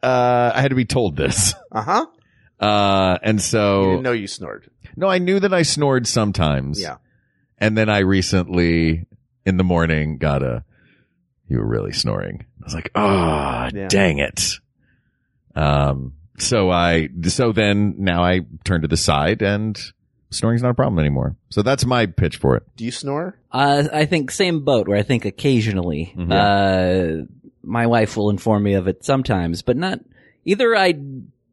S3: uh, I had to be told this.
S2: Uh huh.
S3: [LAUGHS] Uh, and
S2: You
S3: so,
S2: didn't know you snored.
S3: no, I knew that I snored sometimes.
S2: Yeah.
S3: And then I recently in the morning got a, you were really snoring. I was like, oh,
S2: Yeah.
S3: dang it. Um, so I, so then now I turn to the side and snoring's not a problem anymore. So that's my pitch for it.
S2: Do you snore?
S4: Uh, I think same boat where I think occasionally, uh, my wife will inform me of it sometimes, but not either I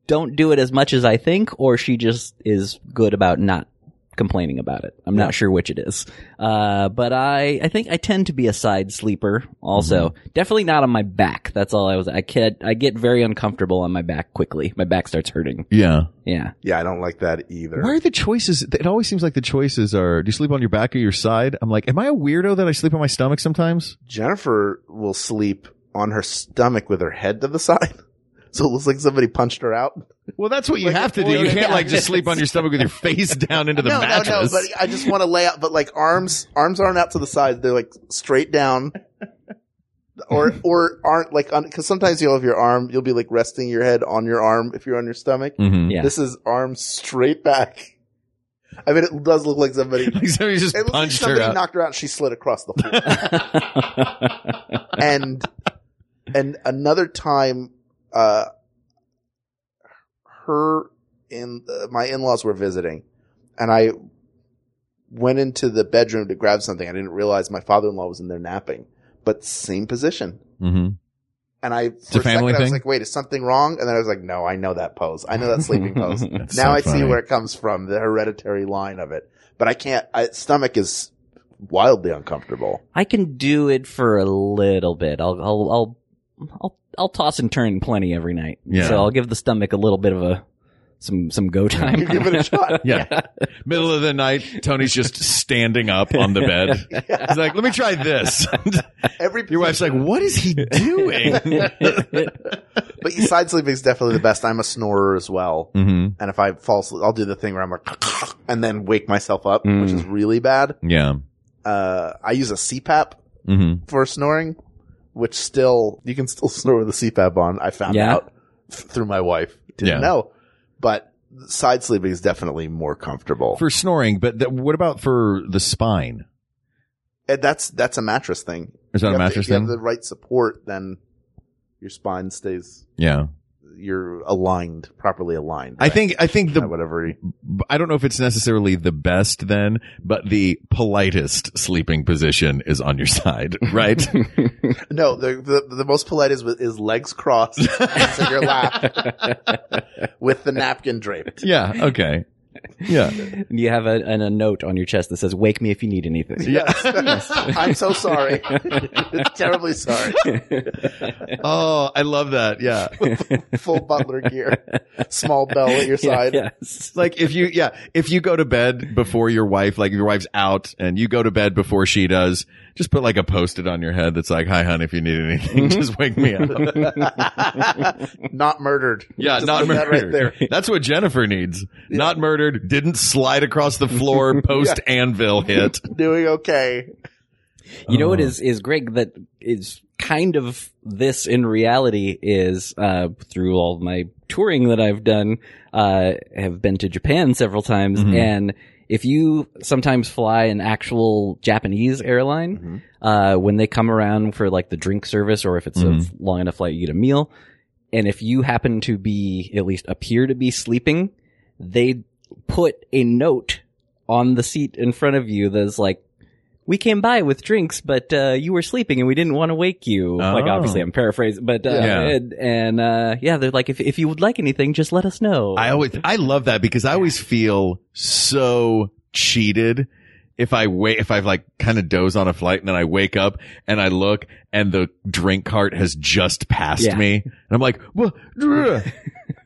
S4: don't do it as much as I think or she just is good about not complaining about it. I'm not sure which it is. Uh, but I, I think I tend to be a side sleeper also. Definitely not on my back. That's all I was, I can I get very uncomfortable on my back quickly. My back starts hurting.
S3: Yeah.
S4: Yeah.
S2: Yeah, I don't like that either.
S3: Why are the choices? It always seems like the choices are: do you sleep on your back or your side? I'm like, am I a weirdo that I sleep on my stomach sometimes?
S2: Jennifer will sleep on her stomach with her head to the [LAUGHS] side. So it looks like somebody punched her out.
S3: Well, that's what you have to do. You can't like just sleep on your stomach with your face [LAUGHS] down into the
S2: no,
S3: mattress.
S2: no, no. But I just want to lay out. But like arms, arms aren't out to the side. They're like straight down, or or aren't like because sometimes you'll have your arm. You'll be like resting your head on your arm if you're on your stomach.
S3: Mhm.
S4: Yeah.
S2: This is arms straight back. I mean, it does look like somebody.
S3: [LAUGHS] Like somebody just
S2: It looks like
S3: punched her
S2: somebody
S3: out.
S2: knocked her out. and She slid across the
S3: [LAUGHS]
S2: floor. and and another time, uh, her in uh, my in laws were visiting, and I went into the bedroom to grab something. I didn't realize my father in law was in there napping, but same position.
S3: mm-hmm.
S2: And I, for
S3: a family
S2: second, I was
S3: thing?
S2: like, wait, is something wrong? And then I was like, no, I know that pose. I
S3: [LAUGHS]
S2: know that sleeping pose. now
S3: so
S2: I see
S3: funny.
S2: where it comes from, the hereditary line of it. But I can't, I, stomach is
S3: [LAUGHS]
S2: wildly uncomfortable.
S4: I can do it for a little bit. I'll I'll I'll I'll, I'll toss and turn plenty every night.
S3: Yeah.
S4: So I'll give the stomach a little bit of a some some go time.
S2: You [LAUGHS] give it a shot.
S3: Yeah. Middle of the night, Tony's just standing up on the
S2: [LAUGHS]
S3: bed. He's like, let me try this. [LAUGHS]
S2: Every,
S3: Your wife's like, what is he doing?
S2: [LAUGHS] but side sleeping is definitely the best. I'm a snorer as well.
S3: mm-hmm.
S2: And if I fall asleep, I'll do the thing where I'm like, [LAUGHS] and then wake myself up, which
S3: Mm.
S2: is really bad.
S3: Yeah.
S2: Uh, I use a CPAP
S3: Mm-hmm.
S2: for snoring, which still, you can still [LAUGHS] snore with a CPAP on. I found
S4: Yeah.
S2: out through my wife. Didn't
S3: Yeah.
S2: know. But side sleeping is definitely more comfortable.
S3: For snoring, but th- what about for the spine?
S2: And that's, that's a mattress thing.
S3: Is that
S2: You
S3: a
S2: have to-
S3: mattress
S2: if you have
S3: thing?
S2: the right support, then your spine stays,
S3: yeah.
S2: you're aligned, properly aligned.
S3: I think, I think the
S2: At whatever.
S3: I don't know if it's necessarily the best then, but the politest sleeping position is on your side, [LAUGHS] right?
S2: No, the, the the most polite is with is
S3: [LAUGHS]
S2: legs crossed in your lap with the napkin draped.
S3: yeah. Okay. Yeah.
S4: And [LAUGHS] you have a, and a note on your chest that says, "Wake me if you need anything."
S2: [LAUGHS] I'm so sorry.
S3: [LAUGHS]
S2: Terribly sorry.
S3: Oh, I love that. [LAUGHS] Yeah.
S2: [LAUGHS] Full butler gear. Small bell at your
S4: [LAUGHS] [LAUGHS] Yeah,
S2: side.
S4: yes.
S3: Like if you, yeah, if you go to bed before your wife, like your wife's out and you go to bed before she does, just put like a post-it on your head that's like, hi, hon, if you need anything, just wake me up.
S2: Not murdered.
S3: [LAUGHS] Yeah,
S2: Just
S3: not
S2: put that
S3: murdered.
S2: right there.
S3: That's what Jennifer needs. Not murdered. Didn't slide across the [LAUGHS] floor post anvil hit.
S2: Doing okay.
S4: You know what is is Greg that is kind of this in reality is uh through all my touring that I've done uh have been to Japan several times and if you sometimes fly an actual Japanese airline uh when they come around for like the drink service or if it's a long enough flight you get a meal and if you happen to be at least appear to be sleeping they put a note on the seat in front of you that's like we came by with drinks, but uh, you were sleeping and we didn't want to wake you. Like,
S3: Oh.
S4: obviously, I'm paraphrasing, but uh,
S3: Yeah.
S4: and, and, uh, yeah, they're like, if if you would like anything, just let us know.
S3: I always I love that because I always feel so cheated if I wait if I've like kind of doze on a flight and then I wake up and I look and the drink cart has just passed
S4: Yeah.
S3: me and I'm like "Wha- druh."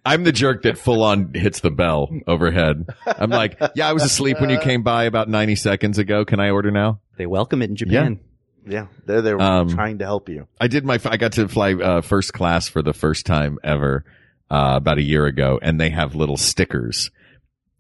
S3: I'm the jerk that full on hits the bell overhead. I'm like, yeah, I was asleep when you came by about 90 seconds ago. Can I order now?
S4: they welcome it in Japan.
S2: Yeah, they're there
S3: Um,
S2: trying to help you.
S3: I did my, I got to fly uh, first class for the first time ever uh, about a year ago, and they have little stickers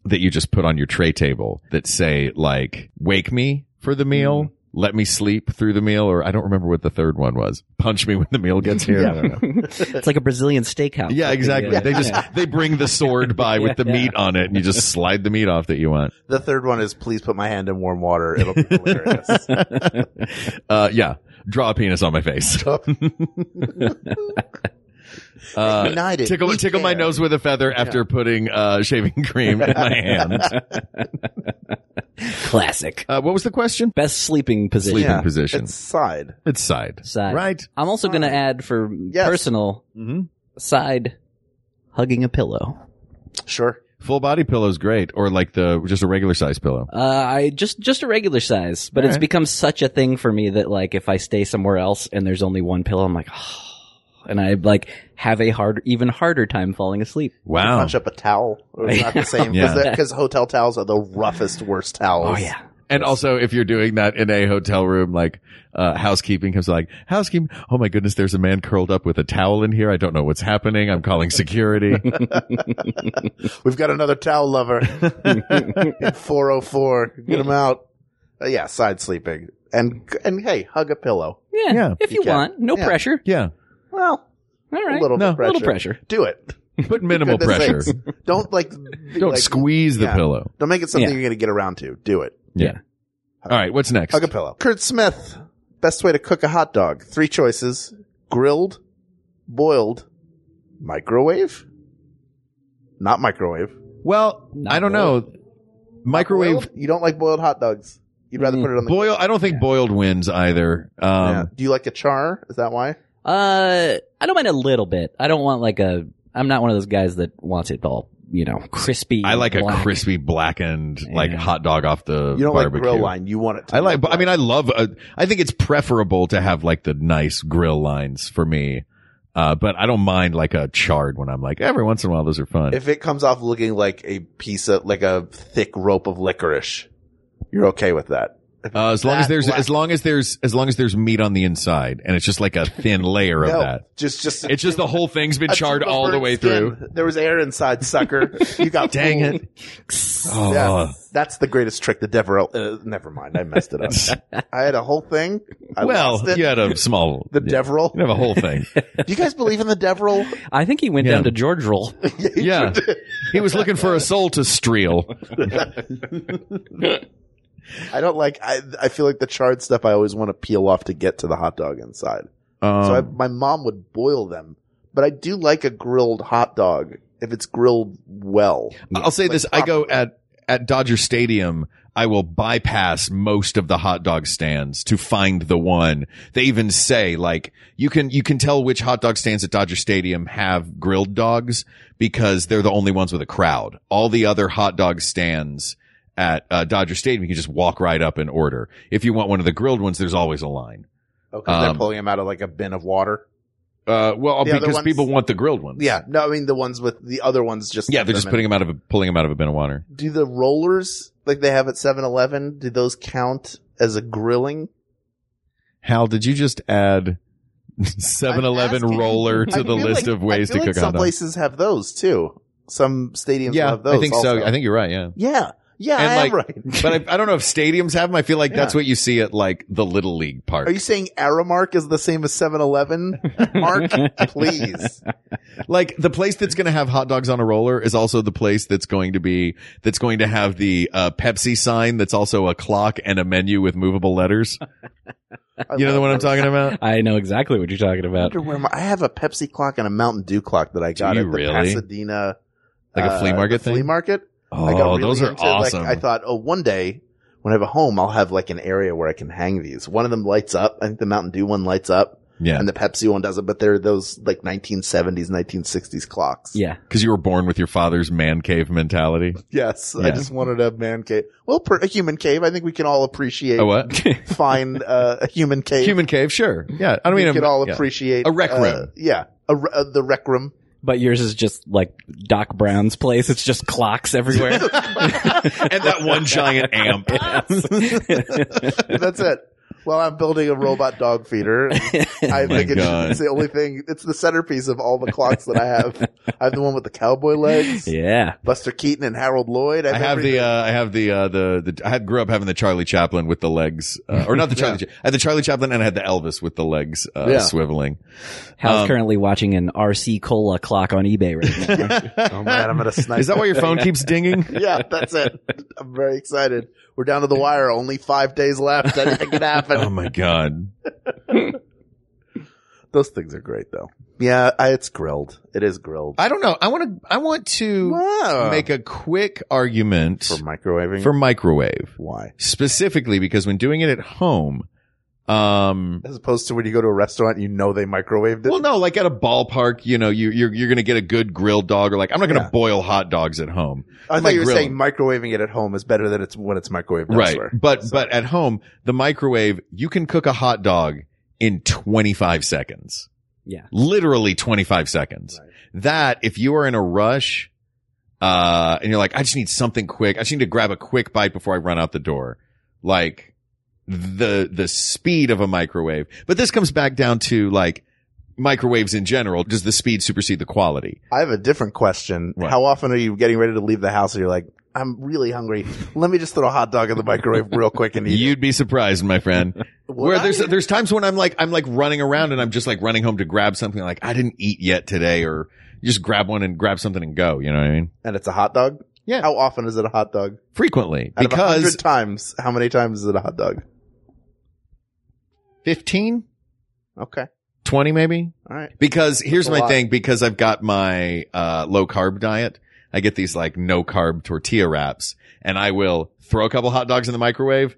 S3: that you just put on your tray table that say like "Wake me for the meal." Let me sleep through the meal, or I don't remember what the third one was. Punch me when the meal gets [LAUGHS] here. I don't know.
S4: it's like a Brazilian steakhouse.
S3: yeah, exactly. They just they bring the sword by with [LAUGHS] the
S4: Yeah.
S3: meat on it, and you just slide the meat off that you want.
S2: The third one is please put my hand in warm water. It'll be hilarious.
S4: [LAUGHS]
S3: [LAUGHS] Uh, yeah, draw a penis on my face. [LAUGHS] Uh,
S2: United.
S3: tickle
S2: we
S3: tickle my
S2: care.
S3: nose with a feather after putting uh, shaving [LAUGHS] cream in my hand.
S4: classic.
S3: Uh, what was the question?
S4: Best sleeping position.
S3: Sleeping position.
S2: It's side.
S3: It's side.
S4: Side.
S3: Right.
S4: I'm also going to add for
S2: Yes.
S4: personal
S3: Mm-hmm.
S4: side hugging a pillow.
S2: Sure.
S3: Full body pillow is great, or like the just a regular size pillow.
S4: Uh, I just just a regular size, but it's become such a thing for me that like if I stay somewhere else and there's only one pillow, I'm like, [SIGHS] and I like have a hard, even harder time falling asleep.
S3: Wow.
S4: [LAUGHS]
S2: Punch up a towel. It's not the same
S3: Yeah.
S2: because hotel towels are the roughest, worst towels.
S4: Oh, yeah.
S3: And also, if you're doing that in a hotel room, like uh, housekeeping comes like housekeeping. Oh my goodness, there's a man curled up with a towel in here. I don't know what's happening. I'm calling security.
S2: We've got another towel
S4: [LAUGHS]
S2: lover. [LAUGHS] in 404. Get him out. Uh, yeah, side sleeping. And and hey, hug a pillow.
S4: Yeah,
S3: Yeah,
S4: if you,
S2: you can.
S4: want, no
S2: Yeah.
S4: pressure.
S3: yeah,
S2: Well,
S4: All right,
S2: a little
S3: No,
S2: bit pressure.
S4: little pressure.
S2: Do it.
S3: but minimal
S2: Goodness
S3: pressure.
S2: sakes. Don't like
S3: Don't squeeze the
S2: yeah.
S3: pillow.
S2: Don't make it something
S4: Yeah.
S2: you're going to get around to. Do it.
S3: Yeah. All right. What's next?
S2: Hug a pillow. Kurt Smith. Best way to cook a hot dog. Three choices: grilled, boiled, microwave. Not microwave.
S3: Well, I don't know. Microwave
S2: Boiled? You don't like boiled hot dogs. You'd rather put it on the.
S3: boil. I don't think boiled wins either. Mm. Um,
S2: Yeah. Do you like a char? Is that why?
S4: Uh, I don't mind a little bit. I don't want like a. I'm not one of those guys that wants it all, you know, crispy.
S3: I like a
S4: black.
S3: crispy blackened like
S4: Yeah.
S3: hot dog off the
S2: You don't
S3: barbecue.
S2: like grill line. You want it. To
S3: I
S2: be
S3: like, but I mean, I love. uh, I think it's preferable to have like the nice grill lines for me, uh, but I don't mind like a charred when I'm like every once in a while those are fun.
S2: if it comes off looking like a piece of like a thick rope of licorice, you're okay with that.
S3: uh, as long as
S2: that
S3: there's
S2: black-
S3: as long as there's as long as there's meat on the inside and it's just like a thin layer of
S2: No,
S3: that.
S2: just just
S3: It's just the whole thing's been
S2: a
S3: charred
S2: tube of
S3: all the
S2: burnt
S3: way
S2: skin.
S3: through.
S2: There was air
S3: [LAUGHS]
S2: inside, sucker. You got
S3: Dang
S2: fooled.
S3: it! Oh,
S2: Yeah, that's the greatest trick the Devereaux. Uh, never mind, I messed it
S3: [LAUGHS]
S2: up. I had a whole thing. I
S3: well,
S2: lost it.
S3: you had a small
S2: the
S3: yeah,
S2: Devereaux.
S3: You have a whole
S2: [LAUGHS]
S3: thing.
S2: Do you guys believe in the Devereaux?
S4: I think he went
S3: Yeah.
S4: down to George roll.
S3: yeah. He was looking for a soul to streel.
S2: I don't like. I I feel like the charred stuff. I always want to peel off to get to the hot dog inside.
S3: Um,
S2: So I, my mom would boil them, but I do like a grilled hot dog if it's grilled well.
S3: I'll say this: I go at at Dodger Stadium. I will bypass most of the hot dog stands to find the one. They even say like you can you can tell which hot dog stands at Dodger Stadium have grilled dogs because they're the only ones with a crowd. All the other hot dog stands at uh, Dodger Stadium, you can just walk right up and order. If you want one of the grilled ones, there's always a line.
S2: Okay, they're
S3: Um,
S2: pulling them out of like a bin of water.
S3: Uh, well,
S2: The other
S3: because
S2: ones-
S3: people want the grilled ones.
S2: Yeah, no, I mean the ones with the other ones just
S3: yeah, they're just putting them out of a, pulling them out of a bin of water.
S2: Do the rollers like they have at 7-Eleven? Do those count as a grilling?
S3: Hal, did you just add [LAUGHS] 7-Eleven
S2: I'm asking.
S3: roller to
S2: I
S3: the
S2: feel
S3: list
S2: like-
S3: of ways
S2: I feel
S3: to
S2: like
S3: cook
S2: Some
S3: hot dogs?
S2: places have those too. Some stadiums will
S3: Yeah,
S2: have those.
S3: I think so.
S2: also.
S3: I think you're right.
S2: [LAUGHS]
S3: Yeah.
S2: yeah, yeah,
S3: And
S2: I
S3: like,
S2: am right.
S3: but I, I don't know if stadiums have them. I feel like that's
S2: Yeah.
S3: what you see at like the little league park.
S2: Are you saying Aramark is the same as 7-Eleven?
S3: [LAUGHS]
S2: Mark, please.
S3: like the place that's going to have hot dogs on a roller is also the place that's going to be that's going to have the uh, Pepsi sign that's also a clock and a menu with movable
S2: [LAUGHS]
S3: letters.
S2: I
S3: You know the
S2: love
S3: one I'm
S2: those.
S3: talking
S2: [LAUGHS]
S3: about?
S4: I know exactly what you're talking
S2: I
S4: about.
S2: wonder where my, I have a Pepsi clock and a Mountain Dew clock that I got
S3: you
S2: at the
S3: really?
S2: Pasadena,
S3: Like a flea
S2: uh,
S3: market
S2: the Flea
S3: thing?
S2: market.
S3: Oh,
S2: I got really
S3: those are
S2: into, like,
S3: awesome.
S2: I thought, oh, one day when I have a home, I'll have like an area where I can hang these. One of them lights up. I think the Mountain Dew one lights up,
S3: yeah.
S2: and the Pepsi one doesn't. But they're those like 1970s, 1960s clocks.
S4: Yeah,
S3: Cause you were born with your father's man cave mentality.
S2: Yes, I
S3: Yeah.
S2: just wanted a man cave. Well, per, a human cave. I think we can all appreciate.
S3: A what?
S2: [LAUGHS] Find uh, a human cave.
S3: Oh, Human cave, sure. Yeah. I don't
S2: we
S3: mean
S2: can all
S3: yeah. [LAUGHS]
S2: appreciate
S3: A rec
S2: uh,
S3: room.
S2: yeah, a, re- uh, the rec room.
S4: but yours is just like Doc Brown's place. It's just
S3: [LAUGHS]
S4: clocks everywhere. [LAUGHS]
S3: and that one giant amp.
S2: That's it. Well, I'm building a robot dog feeder. I think it's,
S3: God.
S2: it's the only thing. It's the centerpiece of all the clocks that I have. I have the one with the cowboy legs,
S4: yeah,
S2: Buster Keaton and Harold Lloyd.
S3: I have the uh, I have the uh, the the I had grew up having the Charlie Chaplin with the legs, uh, or not the
S2: [LAUGHS]
S3: Charlie. Cha- I had the Charlie Chaplin and I had the Elvis with the legs uh,
S2: Yeah.
S3: swiveling.
S4: Hal's
S3: Um,
S4: currently watching an RC Cola clock on
S2: [LAUGHS]
S4: eBay right now.
S2: [LAUGHS] oh
S3: [LAUGHS]
S2: man, I'm gonna snipe.
S3: um, Is that
S2: [LAUGHS]
S3: why your phone keeps dinging?
S2: yeah, that's it. I'm very excited. We're down to the wire. Only five days left. Anything can
S3: [LAUGHS]
S2: happen.
S3: Oh my god!
S2: Those things are great, though. Yeah, I, it's grilled. It is grilled.
S3: I don't know. I want to I want to
S2: Wow.
S3: make a quick argument
S2: for microwaving.
S3: for microwave
S2: why?
S3: specifically because when doing it at home, um,
S2: As opposed to when you go to a restaurant, you know they microwaved it.
S3: Well, no, like at a ballpark, you know, you, you're you're gonna get a good grilled dog, or like I'm not gonna
S2: Yeah.
S3: boil hot dogs at home,
S2: I
S3: Like
S2: thought you were
S3: grilling.
S2: saying microwaving it at home is better than it's when it's microwaved elsewhere.
S3: But but at home, the microwave, you can cook a hot dog in 25 seconds.
S4: Yeah.
S3: literally 25 seconds. That if you are in a rush, uh, and you're like, I just need something quick. I just need to grab a quick bite before I run out the door. like the the speed of a microwave. But this comes back down to like microwaves in general. Does the speed supersede the quality?
S2: I have a different question.
S3: What?
S2: How often are you getting ready to leave the house and you're like, I'm really hungry. Let me just throw a hot dog in
S3: [LAUGHS]
S2: the microwave real quick and eat. it."
S3: You'd be surprised, my friend. Where
S2: [LAUGHS] Would
S3: there's
S2: I?
S3: there's times when I'm like I'm like running around and I'm just like running home to grab something like I didn't eat yet today or you just grab one and grab something and go. You know what I mean?
S2: and it's a hot dog.
S3: Yeah.
S2: How often is it a hot dog?
S3: Frequently
S2: Out of a
S3: because
S2: hundred times, how many times is it a hot dog?
S3: 15,
S2: Okay.
S3: 20 maybe.
S2: All right.
S3: Because here's
S2: a
S3: my
S2: lot.
S3: thing. Because I've got my uh, low carb diet. I get these like no carb tortilla wraps, and I will throw a couple hot dogs in the microwave,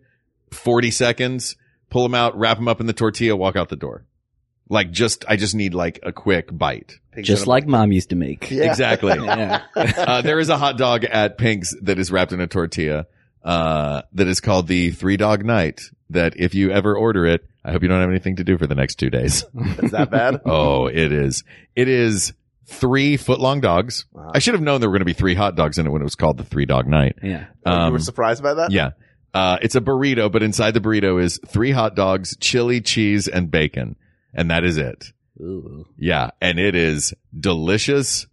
S3: forty seconds, pull them out, wrap them up in the tortilla, walk out the door. Like just, I just need like a quick bite.
S2: Pigs
S4: Just
S2: in a-
S4: like mom used to
S2: [LAUGHS]
S4: make.
S2: Yeah.
S3: Exactly.
S4: Yeah.
S3: uh, there is a hot dog at Pink's that is wrapped in a tortilla. Uh, that is called the Three Dog Night. That if you ever order it, I hope you don't have anything to do for the next two
S2: [LAUGHS]
S3: days.
S2: Is that bad?
S3: Oh, it is. It is three foot long dogs.
S2: Wow.
S3: I should have known there were going to be three hot dogs in it when it was called the three dog night.
S4: yeah.
S2: Oh, you
S3: [LAUGHS] Um,
S2: were surprised by that?
S3: yeah. Uh, it's a burrito, but inside the burrito is three hot dogs, chili, cheese, and bacon. And that is it.
S4: Ooh.
S3: Yeah. And it is delicious.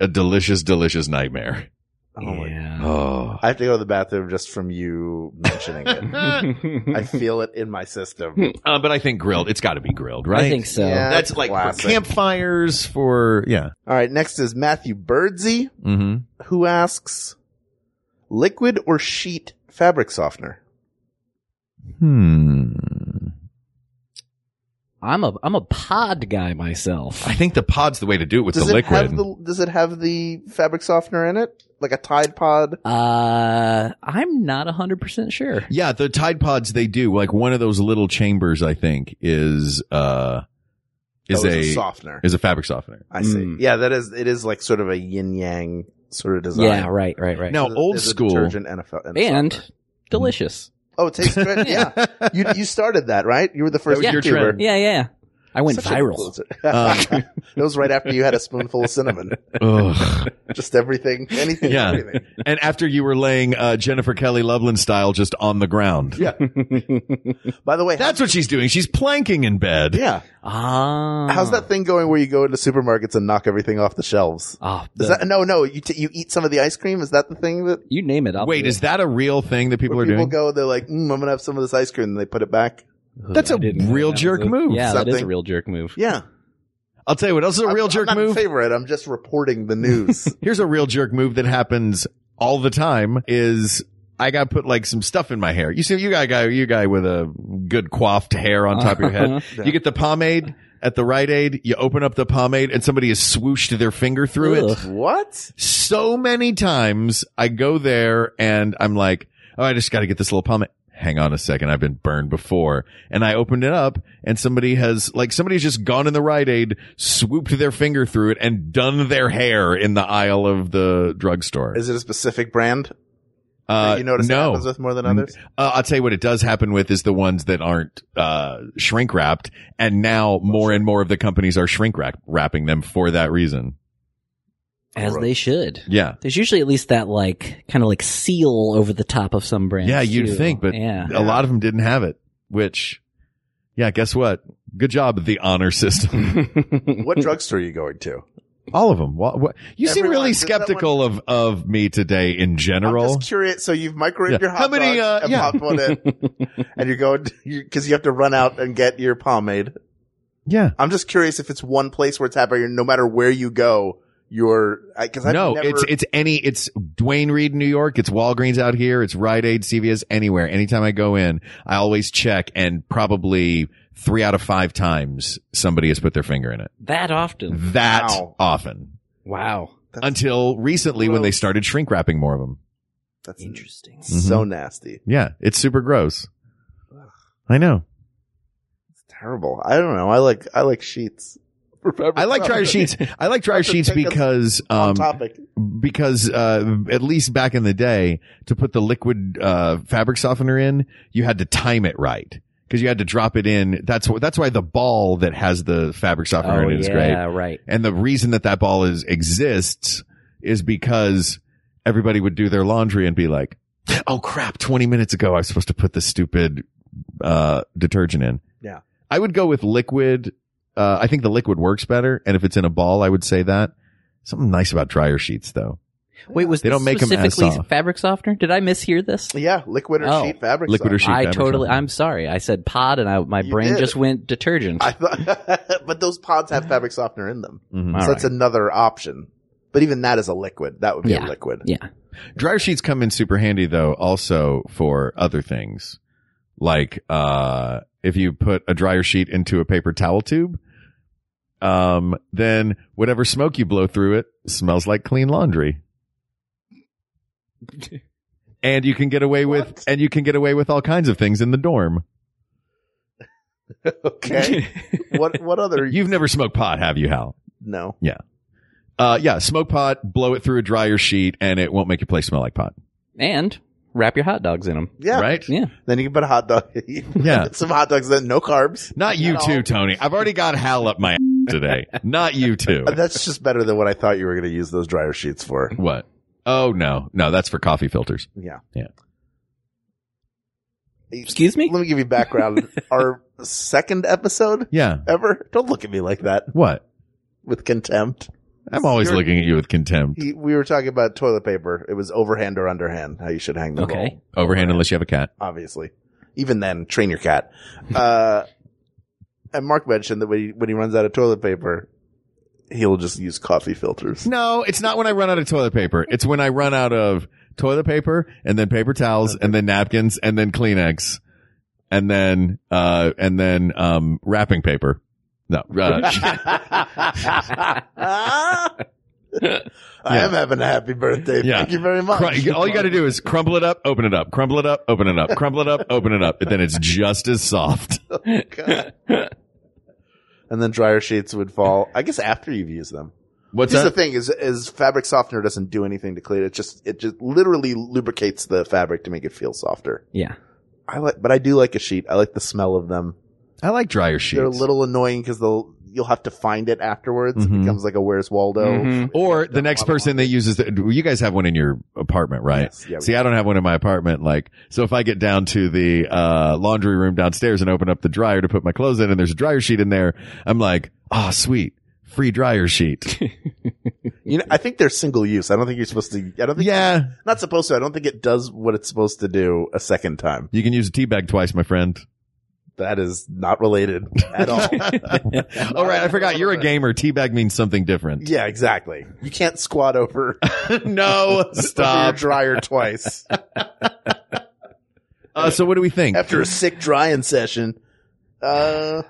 S3: A delicious, delicious nightmare.
S2: Oh my
S4: yeah.
S3: Oh.
S2: I have to go to the bathroom just from you mentioning it. Oh,
S3: [LAUGHS]
S2: I feel it in my system.
S3: Uh, but I think grilled. It's got to be grilled, right?
S4: I think so.
S2: Yeah,
S3: That's like for
S2: classic.
S3: campfires for, yeah.
S2: All right. Next is Matthew Birdsey,
S3: Mm-hmm.
S2: who asks, liquid or sheet fabric softener?
S3: Hmm.
S4: I'm a I'm a pod guy myself.
S3: I think the pod's the way to do it with
S2: Does
S3: the
S2: it
S3: liquid.
S2: have the Does it have the fabric softener in it, like a Tide Pod?
S4: Uh, I'm not hundred percent sure.
S3: Yeah, the Tide Pods they do. Like one of those little chambers, I think, is uh is
S2: Oh,
S3: a,
S2: it's softener?
S3: is a fabric softener.
S2: I see.
S4: Mm.
S2: Yeah, that is. It is like sort of a yin yang sort of design.
S4: Yeah, right, right, right.
S3: Now
S2: There's a-
S3: old
S2: there's a
S3: school.
S2: detergent and a, fe- and a
S4: and
S2: softener.
S4: delicious.
S2: oh, it tastes
S3: [LAUGHS]
S2: good. Yeah, you you started that right? You were the first.
S3: was your
S2: YouTuber.
S3: trend.
S4: Yeah, yeah. yeah. I went
S2: Mm-hmm. Such an
S4: viral.
S2: [LAUGHS] influencer.
S3: Um,
S2: that was right after you had a spoonful of cinnamon.
S3: [LAUGHS]
S2: [LAUGHS]
S3: Ugh.
S2: Just everything, anything,
S3: Yeah.
S2: everything.
S3: And after you were laying uh, Jennifer Kelly Loveland style just on the ground.
S2: Yeah. By the way,
S3: That's what she's doing. She's planking in bed.
S2: yeah.
S4: Ah,
S2: How's
S3: Uh.
S2: that thing going where you go into supermarkets and knock everything off the shelves?
S4: Ah,
S2: Is
S4: the-
S2: that no, no? You t- you eat some of the ice cream. Is that the thing that
S4: you name it. I'll
S3: Wait,
S4: do
S3: is that a real thing that people
S2: where
S3: are
S2: people
S3: doing?
S2: go? They're like, mm, I'm gonna have some of this ice cream, and they put it back.
S4: it.
S3: that's
S4: I
S3: a
S4: didn't know
S3: real
S4: that was
S3: jerk
S4: a-
S3: move.
S4: Yeah, that is a
S2: Something.
S4: real jerk move.
S2: Yeah,
S3: I'll tell you what else is a real
S2: I'm,
S3: jerk
S2: I'm not
S3: move.
S2: In favor of it. I'm just reporting the [LAUGHS] news.
S3: Here's a real jerk move that happens all the time is I got put like some stuff in my hair. You see, you got a guy, you guy with a good coiffed hair on top of your
S4: Uh-huh.
S3: head. You get the pomade at the Rite Aid. You open up the pomade and somebody has swooshed their finger through it.
S4: Ugh.
S2: what?
S3: So many times I go there and I'm like, oh, I just got to get this little pomade. Hang on a second. I've been burned before. And I opened it up and somebody has like, somebody's just gone in the Rite Aid, swooped their finger through it and done their hair in the aisle of the drugstore.
S2: Is it a specific brand
S3: Uh,
S2: that you notice it
S3: no.
S2: happens with more than [LAUGHS] others?
S3: Uh, I'll tell you what it does happen with is the ones that aren't uh, shrink wrapped, and
S2: Oh,
S3: now more and more of the companies are shrink wrap- wrapping them for that reason.
S4: As they should.
S3: Yeah,
S4: There's usually at least that like kind of like seal over the top of some brands.
S3: yeah, you'd
S4: too.
S3: think, but
S4: yeah,
S3: a lot of them didn't have it. Which, yeah, guess what? Good job, the honor system.
S2: What drugstore are you going to?
S3: All of them. What, what? You seem
S2: Everyone,
S3: really
S2: is that
S3: skeptical of of me today in
S2: I'm
S3: general.
S2: just curious. So you've microwaved
S3: Yeah.
S2: your
S3: How
S2: hot
S3: many, uh,
S2: dog and
S3: yeah.
S2: popped one in, [LAUGHS] and you're going because you have to run out and get your pomade.
S3: Yeah.
S2: I'm just curious if it's one place where it's happening. No matter where you go, you're because I've
S3: no,
S2: never,
S3: it's it's any it's Dwayne Reed, in New York. It's Walgreens out here. It's Rite Aid, CVS, anywhere. Anytime I go in, I always check, and probably three out of five times somebody has put their finger in it.
S4: that often.
S3: That
S2: Wow.
S3: often
S4: Wow,
S2: That's-
S3: until recently when they
S2: gross.
S3: started shrink wrapping more of them.
S2: that's
S4: interesting.
S2: so nasty.
S3: Yeah, it's super gross. I know.
S2: terrible. I don't know. I like I like sheets.
S3: I like [LAUGHS] dryer sheets. I like dryer
S2: That's a-
S3: sheets
S2: that's
S3: because
S2: On
S3: um,
S2: topic.
S3: because uh, at least back in the day, to put the liquid uh, fabric softener in, you had to time it right because you had to drop it in. That's wh- that's why the ball that has the fabric softener
S4: Oh
S3: in it is great.
S4: yeah, right.
S3: And the reason that that ball is exists is because everybody would do their laundry and be like, Oh crap! Twenty minutes ago, I was supposed to put the stupid uh, detergent in.
S2: Yeah.
S3: I would go with liquid. Uh, I think the liquid works better, and if it's in a ball, I would say that. Something nice about dryer sheets, though.
S4: Wait, was
S3: They
S4: this
S3: don't make 'em as
S4: specifically
S3: soft.
S4: fabric softener? Did I mishear this?
S2: Yeah, liquid or
S4: Oh.
S2: sheet fabric.
S3: Liquid or sheet.
S4: I
S3: fabric
S4: totally.
S3: softener.
S4: I'm sorry. I said pod, and I, my
S2: You
S4: brain
S2: did.
S4: just went detergent.
S2: I thought, [LAUGHS] but those pods have fabric softener in them,
S3: Mhm.
S2: so
S4: All
S2: that's another option. But even that is a liquid. That would be
S4: Yeah.
S2: a liquid.
S4: yeah.
S3: Dryer sheets come in super handy though, also for other things. Like, uh, if you put a dryer sheet into a paper towel tube, um, then whatever smoke you blow through it smells like clean laundry. and you can get away with, and you can get away with all kinds of things in the dorm.
S2: [LAUGHS]
S3: [LAUGHS]
S2: Okay. what what other?
S3: You've never smoked pot, have you, Hal?
S2: No.
S3: Uh, yeah, smoke pot, blow it through a dryer sheet, and it won't make your place smell like pot.
S4: and wrap your hot dogs in them.
S2: Yeah.
S3: Right?
S4: Yeah.
S2: Then you can put a hot dog. [LAUGHS] yeah. Some hot dogs that no carbs.
S3: Not you
S2: At
S3: too,
S2: all.
S3: Tony. I've already got Hal up my [LAUGHS] today. Not you too.
S2: That's just better than what I thought you were going to use those dryer sheets for.
S3: [LAUGHS] What? Oh no, no, that's for coffee filters.
S2: Yeah.
S3: Yeah.
S4: Excuse me?
S2: Let me give
S3: [LAUGHS]
S2: you background. Our second episode
S3: Yeah.
S2: ever. Don't look at me like that
S3: What?
S2: with contempt.
S3: I'm always
S2: You're-
S3: looking at you with contempt.
S2: He, we were talking about toilet paper. It was overhand or underhand, how you should hang the
S4: Okay.
S2: roll,
S3: Overhand, unless you have a cat.
S2: obviously. Even then, train your cat. [LAUGHS] Uh, and Mark mentioned that when he, when he runs out of toilet paper, he'll just use
S3: [LAUGHS]
S2: coffee filters. [LAUGHS]
S3: No, it's not when I run out of toilet paper. It's when I run out of toilet paper and then paper towels and then napkins and then Kleenex and then uh and then um wrapping paper. [LAUGHS] No, uh,
S2: I am having a happy birthday.
S3: Yeah.
S2: Thank you very much.
S3: Cru- all you got to do is crumble it up, open it up, crumble it up, open it up, crumble it up, open it up, and then it's just as soft.
S2: God. [LAUGHS] and then dryer sheets would fall. I guess after you've used them.
S3: What's
S2: Here's the
S3: that?
S2: thing: is is fabric softener doesn't do anything to clean it. It Just it just literally lubricates the fabric to make it feel softer.
S4: Yeah.
S2: I like, but I do like a sheet. I like the smell of them.
S3: I like dryer sheets.
S2: They're a little annoying because they'll you'll have to find it afterwards.
S3: Mhm.
S2: It becomes like a Where's Waldo.
S4: Mhm.
S3: Or the next person that uses the, you guys have one in your apartment, right?
S2: Yes. Yeah, we
S3: See, I don't have one in my apartment. Like, so if I get down to the, uh, laundry room downstairs and open up the dryer to put my clothes in and there's a dryer sheet in there, I'm like, ah, sweet. Free dryer sheet.
S2: You know, I think they're single use. I don't think you're supposed to. I don't think.
S3: yeah.
S2: Not supposed to. I don't think it does what it's supposed to do a second time.
S3: You can use a tea bag twice, my
S2: [LAUGHS]
S3: friend. [LAUGHS]
S2: That is not related at all.
S3: All right. I forgot you're a gamer. Tea bag means something
S2: [LAUGHS]
S3: different.
S2: yeah, exactly. You can't squat over, [LAUGHS]
S3: no,
S2: over
S3: [LAUGHS]
S2: your
S3: stop.
S2: dryer twice.
S3: Uh, so what do we think?
S2: after a sick drying session. Uh,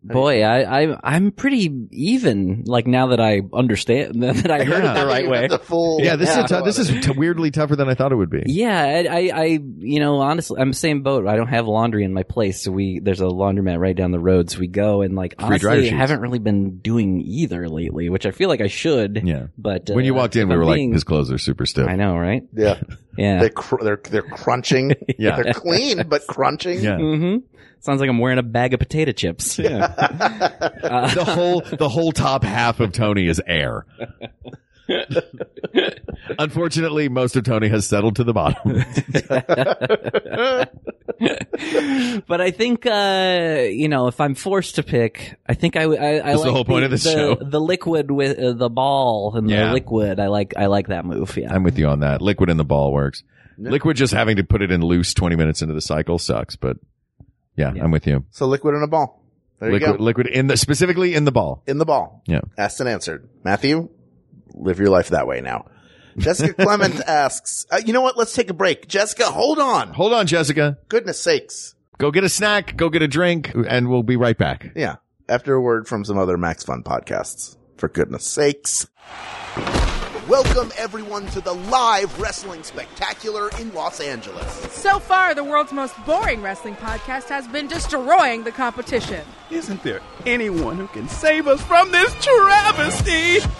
S4: Boy, I, I I'm pretty even. Like now that I understand [LAUGHS] that I heard
S3: Yeah.
S4: it the right way.
S2: The full,
S3: yeah. This is, a
S2: I
S3: tou- this
S2: love
S3: is
S2: it.
S3: t- weirdly tougher than I thought it would be.
S4: Yeah, I, I, I, you know, honestly, I'm the same boat. I don't have laundry in my place, so we there's a laundromat right down the road, so we go and like
S3: Free dryer
S4: honestly,
S3: sheets.
S4: haven't really been doing either lately, which I feel like I should.
S3: Yeah.
S4: But uh,
S3: When you walked in,
S4: if
S3: we
S4: I'm
S3: were like,
S4: being-
S3: [LAUGHS] his clothes are super stiff.
S4: I know, right?
S2: yeah.
S4: [LAUGHS] Yeah.
S2: They're, cr- they're they're crunching.
S3: Yeah.
S2: they're clean but crunching.
S3: Yeah.
S4: Mm-hmm. Sounds like I'm wearing a bag of potato chips. Yeah.
S3: the whole the whole top half of Tony is air. Unfortunately, most of Tony has settled to the
S2: [LAUGHS]
S3: bottom.
S4: [LAUGHS] but I think uh, you know if I'm forced to pick, I think I w- I, I
S3: That's the
S4: like
S3: whole point of this
S4: the,
S3: show.
S4: The liquid with uh, the ball and
S3: Yeah.
S4: the liquid. I like I like that move. Yeah.
S3: I'm with you on that. Liquid in the ball works. Liquid just having to put it in loose 20 minutes into the cycle sucks, but yeah, I'm with you.
S2: So liquid in a ball. There you
S3: Liquid
S2: go.
S3: liquid in the specifically in the ball.
S2: in the ball.
S3: Yeah.
S2: Asked and answered. Matthew, live your life that way now. Jessica Clement asks, uh, you know what? Let's take a break. Jessica, hold on.
S3: Hold on, Jessica.
S2: Goodness sakes.
S3: Go get a snack, go get a drink, and we'll be right back.
S2: Yeah. After a word from some other Max Fun podcasts. For goodness sakes. Welcome everyone to the live wrestling spectacular in Los Angeles.
S7: So far, the world's most boring wrestling podcast has been destroying the competition.
S6: Isn't there anyone who can save us from this travesty? [LAUGHS]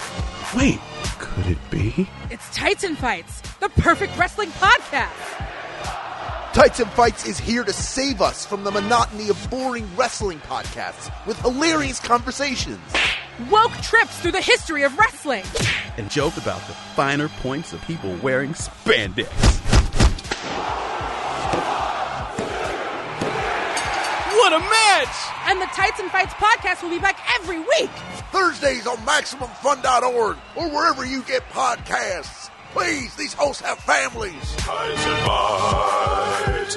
S6: Wait, could it be?
S7: It's Titan Fights, the perfect wrestling podcast.
S2: Tights and Fights is here to save us from the monotony of boring wrestling podcasts with hilarious conversations.
S7: woke trips through the history of wrestling.
S6: and joke about the finer points of people wearing spandex. What a match!
S7: And the Tights and Fights podcast will be back every week.
S8: Thursdays on MaximumFun.org or wherever you get podcasts. Please, these hosts have families.
S9: Guys and Bites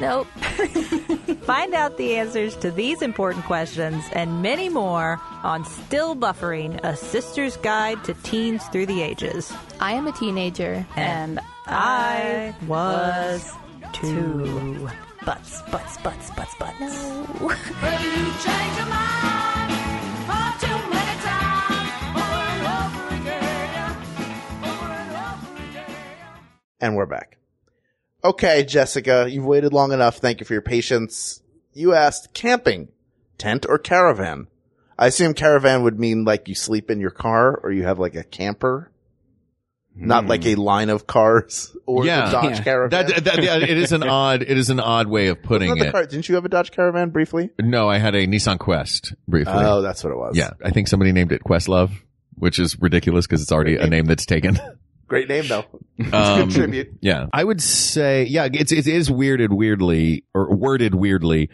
S10: Nope. Find out the answers to these important questions and many more on Still Buffering, a sister's guide to teens through the ages. I am a teenager. And I was two. Butts, butts, butts, butts, butts.
S2: And we're back. Okay, Jessica, you've waited long enough. Thank you for your patience. You asked camping, tent or caravan. I assume caravan would mean like you sleep in your car or you have like a camper, not like a line of cars [LAUGHS] or
S3: Hmm. Yeah.
S2: the Dodge
S4: Yeah.
S2: Caravan.
S3: That, that, yeah, it is
S2: [LAUGHS]
S3: an odd, it is an odd way of putting
S2: Not the
S3: it.
S2: car. Didn't you have a Dodge Caravan briefly?
S3: No, I had a Nissan Quest briefly.
S2: Oh, that's what it was.
S3: yeah, I think somebody named it Questlove, which is ridiculous because it's already a name that's taken.
S2: Great name though.
S3: Um,
S2: tribute.
S3: Yeah, I would say yeah. It's it is weirded weirdly or worded weirdly.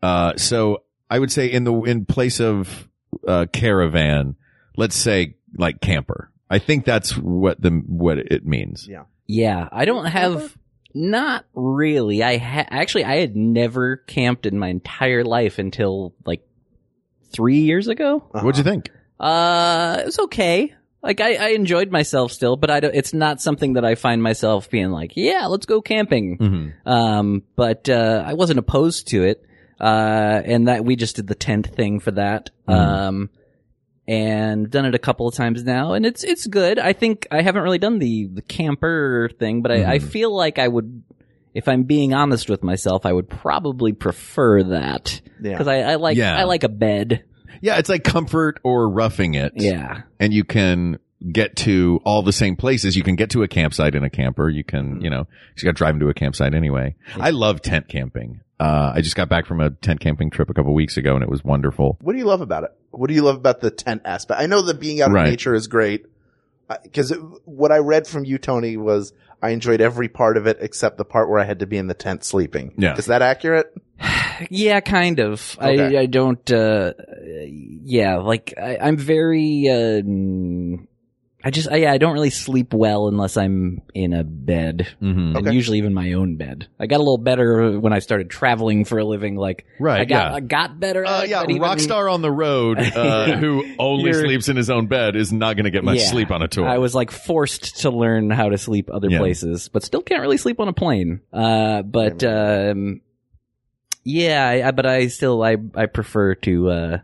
S3: Uh, so I would say in the in place of uh, caravan, let's say like camper. I think that's what the what it means.
S2: Yeah.
S4: Yeah, I don't have. Not really. I ha- actually I had never camped in my entire life until like three years ago.
S3: What'd you think?
S4: Uh, it was okay. Like I, I enjoyed myself still, but I don't, it's not something that I find myself being like, yeah, let's go camping. Um, but uh, I wasn't opposed to it. Uh, and that we just did the tent thing for that. Um, and done it a couple of times now, and it's it's good. I think I haven't really done the, the camper thing, but I, I feel like I would, if I'm being honest with myself, I would probably prefer that
S2: Yeah.
S4: because I, I like
S3: Yeah.
S4: I like a bed.
S3: Yeah, it's like comfort or roughing it.
S4: Yeah.
S3: and you can get to all the same places. You can get to a campsite in a camper. You can,
S2: Mm-hmm.
S3: you know, 'cause you got to drive into a campsite anyway. I love tent camping. Uh, I just got back from a tent camping trip a couple weeks ago and it was wonderful.
S2: What do you love about it? What do you love about the tent aspect? I know that being out in
S3: Right.
S2: nature is great because what I read from you, Tony, was I enjoyed every part of it except the part where I had to be in the tent sleeping.
S3: Yeah.
S2: is that accurate?
S4: Yeah, kind of.
S2: Okay.
S4: I, I don't, uh, yeah, like, I, I'm very, uh, mm, I just, I, yeah, I don't really sleep well unless I'm in a bed.
S3: Mm-hmm.
S2: Okay.
S4: And usually even my own bed. I got a little better when I started traveling for a living. Like,
S3: Right,
S4: I got,
S3: yeah.
S4: I got better.
S3: Uh,
S4: at it,
S3: yeah,
S4: but even-
S3: Rockstar on the
S4: [LAUGHS]
S3: road, uh, who only
S4: You're-
S3: sleeps in his own bed is not going to get much
S4: Yeah.
S3: sleep on a tour.
S4: I was like forced to learn how to sleep other
S3: Yeah.
S4: places, but still can't really sleep on a plane. Uh, but um, yeah, I, I- but I still I I prefer to uh,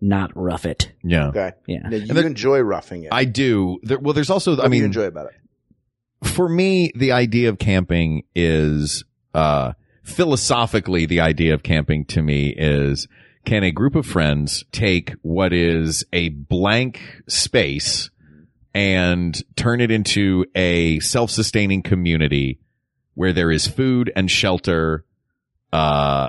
S4: not rough it.
S3: yeah.
S2: Okay,
S4: Yeah.
S2: Now, you
S3: then-
S2: enjoy roughing it.
S3: I do. There, well, there's also,
S2: What
S3: I
S2: do you
S3: mean,
S2: enjoy about it.
S3: for me, the idea of camping is, uh, philosophically, the idea of camping to me is, can a group of friends take what is a blank space and turn it into a self-sustaining community where there is food and shelter, uh,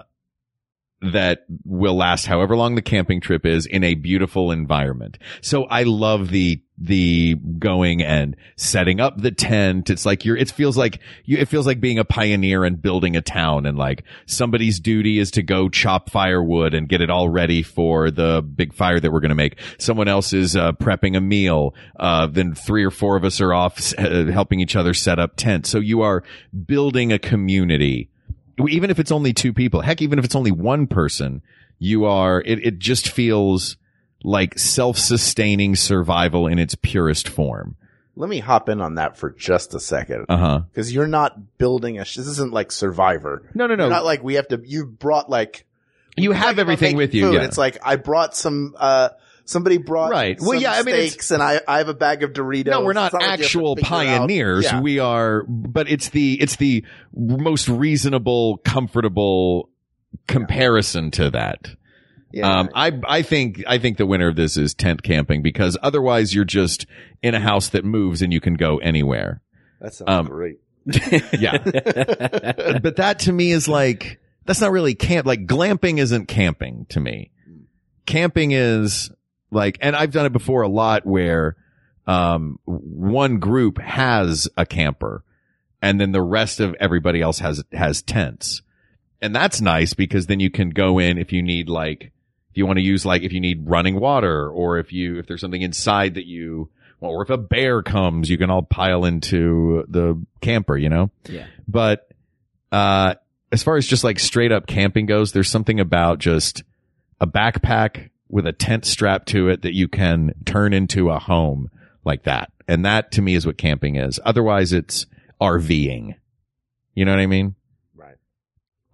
S3: that will last however long the camping trip is in a beautiful environment. So I love the the going and setting up the tent. It's like you're it feels like you it feels like being a pioneer and building a town and like somebody's duty is to go chop firewood and get it all ready for the big fire that we're going to make. Someone else is uh, prepping a meal. Uh, then three or four of us are off uh, helping each other set up tents. So you are building a community even if it's only two people, heck, even if it's only one person, you are, it, it just feels like self-sustaining survival in its purest form.
S2: Let me hop in on that for just a second
S3: Uh-huh.
S2: because you're not building a. Sh- this isn't like Survivor.
S3: No, no, no.
S2: You're not like we have to. You brought like
S3: you have
S2: talking about
S3: everything
S2: making
S3: with you.
S2: food,
S3: Yeah.
S2: It's like I brought some uh somebody brought
S3: Right. Well,
S2: some
S3: yeah, I mean, it's-
S2: steaks and I I have a bag of Doritos.
S3: No, we're
S2: It's
S3: not
S2: like you have to
S3: actual
S2: figure it out.
S3: pioneers.
S2: Yeah.
S3: We are, but it's the it's the most reasonable, comfortable comparison to that. um, I I think I think the winner of this is tent camping because otherwise you're just in a house that moves and you can go anywhere.
S2: that sounds
S3: um,
S2: great.
S3: Yeah, [LAUGHS] but that to me is like that's not really camp. Like glamping isn't camping to me. Camping is like, and I've done it before a lot where um one group has a camper and then the rest of everybody else has has tents. And that's nice because then you can go in if you need like if you want to use like if you need running water or if you if there's something inside that you well, or if a bear comes, you can all pile into the camper, you know?
S4: Yeah.
S3: But uh as far as just like straight up camping goes, there's something about just a backpack with a tent strapped to it that you can turn into a home like that. And that to me is what camping is. Otherwise it's RVing. You know what I mean?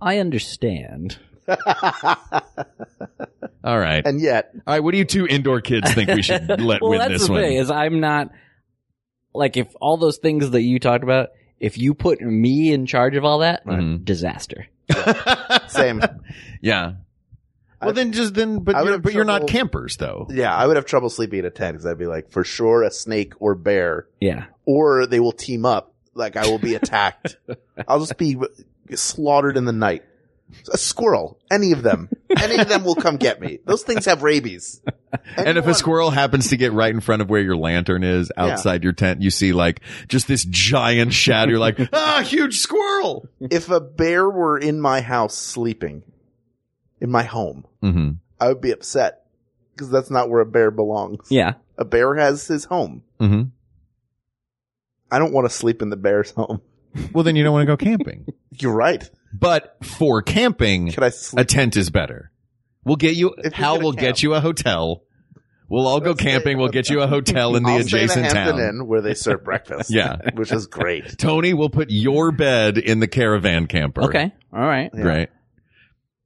S4: I understand.
S3: All right.
S2: [LAUGHS] And yet,
S3: All right, what do you two indoor kids think we should let
S4: well,
S3: win
S4: that's
S3: this
S4: the
S3: one?
S4: thing is I'm not like if all those things that you talked about. If you put me in charge of all that, disaster.
S2: Same.
S3: Yeah. Well, then just then, but
S2: I would
S3: you're,
S2: have
S3: but you're not
S2: trouble-
S3: campers though.
S2: Yeah, I would have trouble sleeping at a tent because I'd be like, for sure, a snake or bear,
S4: Yeah.
S2: or they will team up. Like I will be
S3: [LAUGHS]
S2: attacked. I'll just be slaughtered in the night. A squirrel, any of them, any of them will come get me. Those things have rabies.
S3: [LAUGHS] And if a squirrel happens to get right in front of where your lantern is outside your tent, you see like just this giant shadow. You're [LAUGHS] like, ah, huge squirrel.
S2: If a bear were in my house sleeping, in my home,
S3: mm-hmm.
S2: I would be upset because that's not where a bear belongs.
S4: Yeah.
S2: A bear has his home.
S3: Mm-hmm.
S2: I don't want to sleep in the bear's home.
S3: Well, then you don't want to go camping.
S2: You're right.
S3: But for camping,
S2: Can I
S3: a
S2: sleep?
S3: tent is better. We'll get you.
S2: If you're
S3: Hal
S2: gonna
S3: will
S2: camp.
S3: get you a hotel. We'll all go
S2: Let's stay
S3: camping.
S2: in a
S3: We'll get you a hotel in the
S2: I'll stay in a
S3: adjacent
S2: Hampton
S3: town.
S2: Inn where
S3: [LAUGHS]
S2: they serve breakfast.
S3: Yeah.
S2: which is great.
S3: Tony will put your bed in the caravan camper.
S4: Okay. All right.
S2: Yeah.
S3: Right.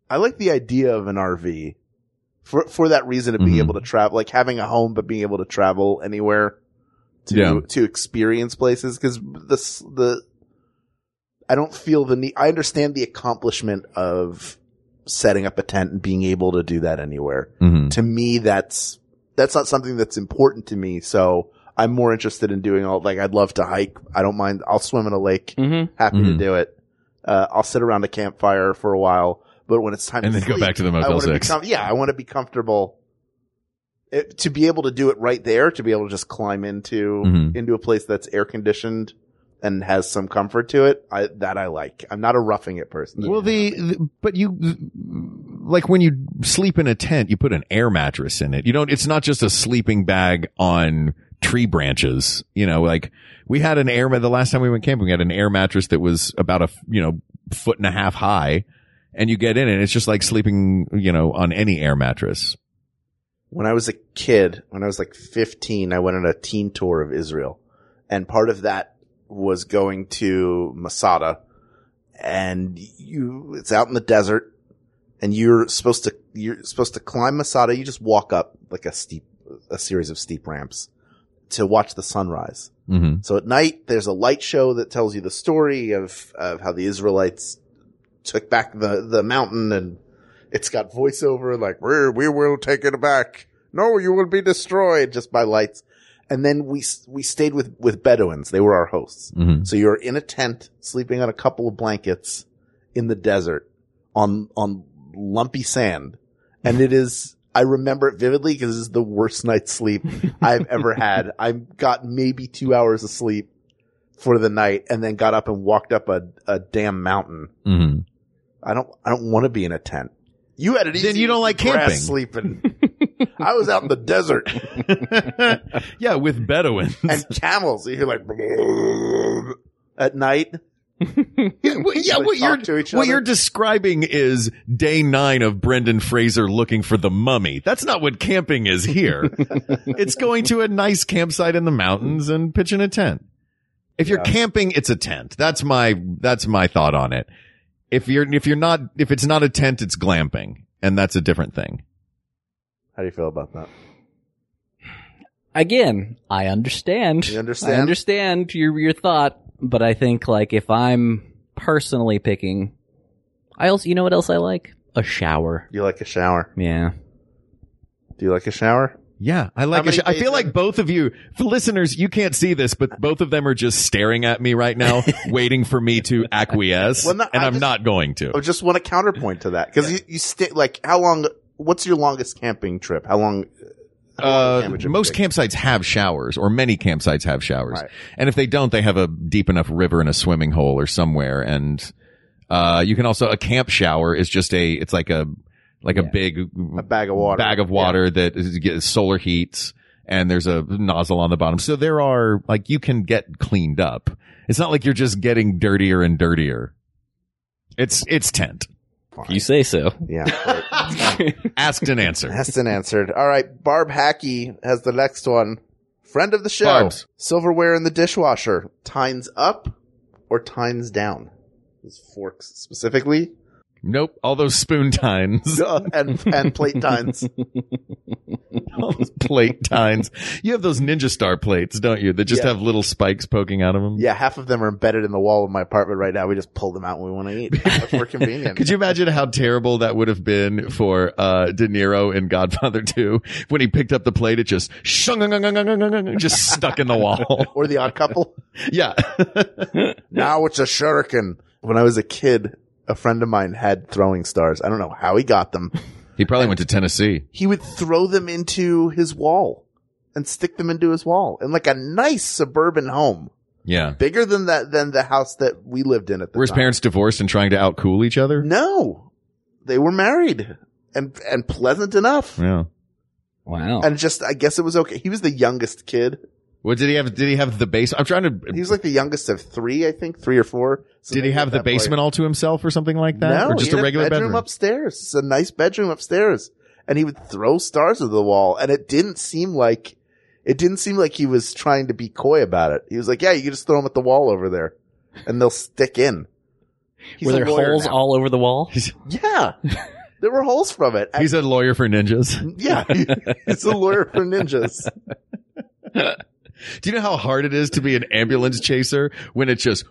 S2: I like the idea of an RV for for that reason of being
S3: Mhm.
S2: able to travel, like having a home but being able to travel anywhere to
S3: Yeah.
S2: to experience places because the s- the I don't feel the need. I understand the accomplishment of setting up a tent and being able to do that anywhere.
S3: Mm-hmm.
S2: To me, that's that's not something that's important to me. So I'm more interested in doing all like I'd love to hike. I don't mind. I'll swim in a lake.
S4: Mm-hmm.
S2: Happy
S3: Mhm.
S2: to do it. Uh, I'll sit around a campfire for a while. But when it's time
S3: And
S2: to
S3: then go
S2: sleep,
S3: back to the Motel
S2: I wanna be
S3: 6.
S2: com- yeah, I want to be comfortable. It- to be able to do it right there, to be able to just climb into
S3: Mhm.
S2: into a place that's air conditioned and has some comfort to it, I, that I like. I'm not a roughing it person.
S3: Well, the, the- but you like when you sleep in a tent, you put an air mattress in it. You don't. It's not just a sleeping bag on tree branches. You know, like we had an air. ma- The last time we went camping, we had an air mattress that was about a you know foot and a half high, and you get in it. It's just like sleeping you know on any air mattress.
S2: when I was a kid, when I was like 15, I went on a teen tour of Israel. And part of that was going to Masada. And you, it's out in the desert and you're supposed to, you're supposed to climb Masada. You just walk up like a steep, a series of steep ramps to watch the sunrise.
S3: Mm-hmm.
S2: So at night, there's a light show that tells you the story of, of how the Israelites took back the, the mountain and it's got voiceover like, we're, we will take it back. No, you will be destroyed just by lights. And then we, s- we stayed with, with Bedouins. They were our hosts.
S3: Mm-hmm.
S2: So you're in a tent, sleeping on a couple of blankets in the desert on, on lumpy sand. And it is, I remember it vividly because it's the worst
S3: [LAUGHS]
S2: night's sleep I've ever had. I got maybe two hours of sleep for the night and then got up and walked up a, a damn mountain.
S3: Mm-hmm.
S2: I don't, I don't want to be in a tent. You had it easy.
S3: Then you don't like
S2: grass
S3: camping. [LAUGHS]
S2: Sleeping. I was out in the desert
S3: Mm-hmm. yeah, with Bedouins. [LAUGHS]
S2: and camels. You hear like at night.
S3: Yeah, [LAUGHS] well, yeah,
S2: They
S3: what you're
S2: talk to each
S3: what
S2: other.
S3: you're describing is day nine of Brendan Fraser looking for the mummy. That's not what camping is
S2: [LAUGHS]
S3: here. it's going to a nice campsite in the mountains and pitching a tent. If you're camping, it's a tent. That's my that's my thought on it. If you're if you're not if it's not a tent, it's glamping, and that's a different thing.
S2: How do you feel about that?
S4: again, I understand. You
S2: understand?
S4: I understand your your thought, but I think like if I'm personally picking, I also you know what else I like? A shower.
S2: You like a shower?
S4: Yeah.
S2: Do you like a shower?
S3: Yeah, I like. A
S2: many
S3: sh- I
S2: days
S3: feel like both of you, for listeners, you can't see this, but both of them are just staring at me right
S2: [LAUGHS]
S3: now, waiting for me to acquiesce,
S2: Well, no,
S3: and
S2: I
S3: I'm
S2: just-
S3: not going to.
S2: I just want a counterpoint to that because you, you stay like how long? What's your longest camping trip? How long?
S3: Uh,
S2: Amateur
S3: most
S2: mistake.
S3: campsites have showers, or many campsites have showers,
S2: Right.
S3: and if they don't, they have a deep enough river and a swimming hole or somewhere. And uh, you can also a camp shower is just a it's like a like a big
S2: A bag of water.
S3: bag of water that is, gets solar heat and there's a nozzle on the bottom. So there are like you can get cleaned up. It's not like you're just getting dirtier and dirtier. It's it's tent.
S4: You say so.
S2: Yeah. right.
S3: Asked and
S2: [LAUGHS]
S3: answered.
S2: Asked and answered. All right. Barb Hackey has the next one. Friend of the show.
S3: Barbs.
S2: Silverware in the dishwasher. Tines up or tines down? Those forks specifically.
S3: Nope. All those spoon tines.
S2: Uh, and, and plate tines.
S3: all those plate tines. You have those ninja star plates, don't you? That just
S2: Yeah.
S3: have little spikes poking out of them.
S2: Yeah. Half of them are embedded in the wall of my apartment right now. We just pull them out when we want to eat.
S3: [LAUGHS]
S2: Much more convenient.
S3: Could you imagine how terrible that would have been for uh, De Niro in Godfather [LAUGHS] 2 when he picked up the plate? It just shung just stuck in the wall.
S2: [LAUGHS] or the odd couple.
S3: Yeah,
S2: Now it's a shuriken. When I was a kid, a friend of mine had throwing stars. I don't know how he got them.
S3: he probably went to Tennessee.
S2: He would throw them into his wall and stick them into his wall in like a nice suburban home,
S3: Yeah,
S2: bigger than that than the house that we lived in at the
S3: were his
S2: time.
S3: parents divorced and trying to outcool each other?
S2: No, they were married and and pleasant enough.
S3: Yeah.
S4: Wow.
S2: And just, I guess it was okay. He was the youngest kid.
S3: What did he have? Did he have the base? I'm trying to.
S2: He was like the youngest of three, I think, three or four. So
S3: did he
S2: they
S3: have
S2: lived
S3: the
S2: that place.
S3: basement all to himself or something like that,
S2: No,
S3: or
S2: he
S3: just
S2: had
S3: a regular
S2: bedroom,
S3: bedroom?
S2: upstairs. It's a nice bedroom upstairs, and he would throw stars at the wall, and it didn't seem like it didn't seem like he was trying to be coy about it. He was like, "Yeah, you can just throw them at the wall over there, and they'll stick in." He's
S4: Were
S2: a
S4: there
S2: lawyer
S4: holes
S2: now.
S4: all over the wall?
S2: Yeah, there were holes from it.
S3: He's a lawyer for ninjas. [LAUGHS]
S2: yeah, he's a lawyer for ninjas.
S3: Do you know how hard it is to be an ambulance chaser when it's [LAUGHS] just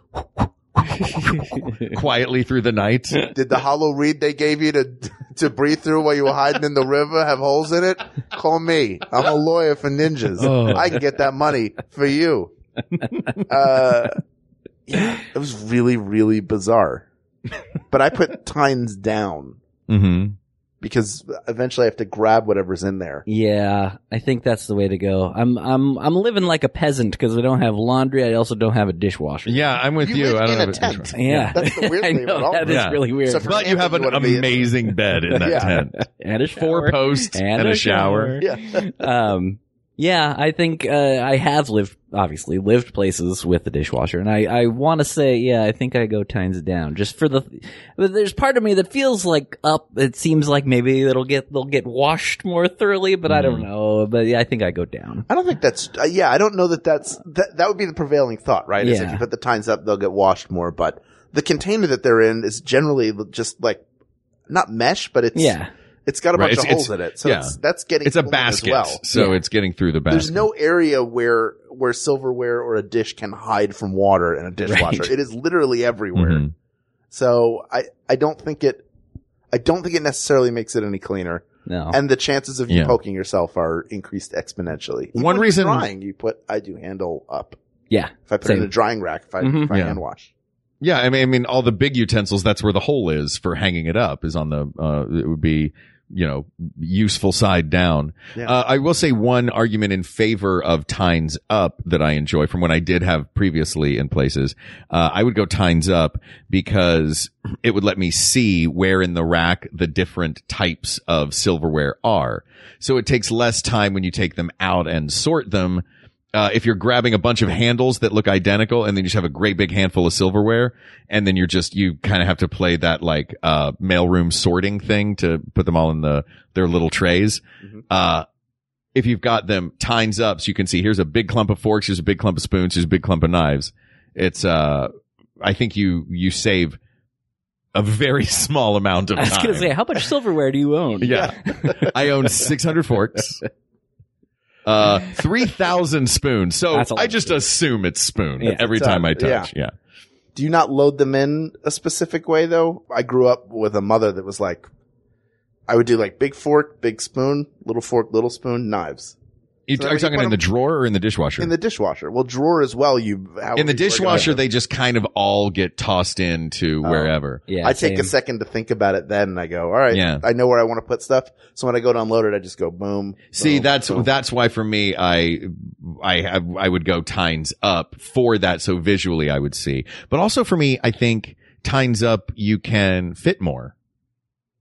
S3: quietly through the night?
S2: Did the hollow reed they gave you to [LAUGHS] to breathe through while you were hiding in the river have holes in it? Call me. I'm a lawyer for ninjas.
S3: Oh.
S2: I can get that money for you. Uh, yeah, it was really, really bizarre. But I put tines down
S3: Mm-hmm.
S2: because eventually I have to grab whatever's in there.
S4: Yeah, I think that's the way to go. I'm I'm I'm living like a peasant because I don't have laundry. I also don't have a dishwasher.
S3: Yeah, I'm with
S2: You
S3: you.
S2: live
S3: I
S2: in
S3: don't
S2: a
S3: have
S2: tent.
S3: interest.
S4: Yeah,
S2: That's
S4: [LAUGHS]
S2: the weird
S4: I
S2: thing
S4: know,
S2: about
S4: that is
S3: Yeah.
S4: really weird.
S2: So for-
S3: But you have an
S2: You wanna be in-
S3: amazing bed in that
S2: Yeah.
S3: tent.
S4: [LAUGHS] and a shower.
S3: Four posts and, a shower.
S2: [LAUGHS] Yeah.
S4: um, yeah, I think uh, I have lived, obviously lived places with the dishwasher, and I, I want to say, yeah, I think I go tines down just for the. But there's part of me that feels like up. It seems like maybe it'll get they'll get washed more thoroughly, but I don't
S3: Mm.
S4: know. But yeah, I think I go down.
S2: I don't think that's, uh, yeah, I don't know that that's, that, that would be the prevailing thought, right? Is if
S4: Yeah.
S2: you put the tines up, they'll get washed more, but the container that they're in is generally just like, not mesh, but it's,
S4: Yeah,
S2: It's got a
S3: Right,
S2: bunch
S3: it's-
S2: of holes
S3: it's-
S2: in it, so
S3: yeah.
S2: it's, that's getting
S3: It's a
S2: blown as
S3: basket,
S2: well.
S3: so it's getting through the basket.
S2: There's no area where where silverware or a dish can hide from water in a dishwasher.
S4: Right.
S2: It is literally everywhere.
S3: Mhm.
S2: So I I don't think it I don't think it necessarily makes it any cleaner.
S4: no.
S2: And the chances of you
S3: Oh. Yeah.
S2: poking yourself are increased exponentially.
S3: One
S2: Even when you're
S3: reason-
S2: drying, you put I do handle up.
S4: yeah,
S2: If I put it in
S4: Same.
S2: a drying rack, if I,
S4: Mhm.
S2: if I
S3: Yeah.
S2: hand wash.
S3: Yeah, I mean, I mean, all the big utensils. That's where the hole is for hanging it up. Is on the. Uh, it would be, you know, useful side down.
S2: Yeah.
S3: Uh, I will say one argument in favor of tines up that I enjoy from when I did have previously in places. Uh, I would go tines up because it would let me see where in the rack the different types of silverware are. So it takes less time when you take them out and sort them uh, if you're grabbing a bunch of handles that look identical and then you just have a great big handful of silverware and then you're just you kind of have to play that like uh mailroom sorting thing to put them all in the their little trays uh if you've got them tines up so you can see here's a big clump of forks here's a big clump of spoons here's a big clump of knives it's uh i think you you save a very [LAUGHS] small amount of
S4: I was
S3: time
S4: gonna say, how much silverware do you own?
S3: yeah i own 600 forks Uh, 3,000 spoons. So
S2: That's a lot
S3: I
S2: of
S3: just assume it's spoon
S2: Yeah.
S3: every
S2: It's, uh,
S3: time I touch.
S2: yeah.
S3: Yeah.
S2: Do you not load them in a specific way though? I grew up with a mother that was like, I would do like big fork, big spoon, little fork, little spoon, knives.
S3: You,
S2: So that
S3: are
S2: way
S3: you talking
S2: put
S3: in the
S2: 'em
S3: drawer or in the dishwasher?
S2: in the dishwasher? Well, drawer as well. You however
S3: in the
S2: you organize
S3: dishwasher,
S2: them.
S3: they just kind of all get tossed into
S2: Oh.
S3: wherever.
S2: I take a second to think about it then and I go, all right,
S3: Yeah.
S2: I know where I want to put stuff. So when I go to unload it, I just go boom.
S3: See,
S2: boom,
S3: that's
S2: boom.
S3: that's why for me, I I have, I would go tines up for that. So visually, I would see, but also for me, I think tines up you can fit more.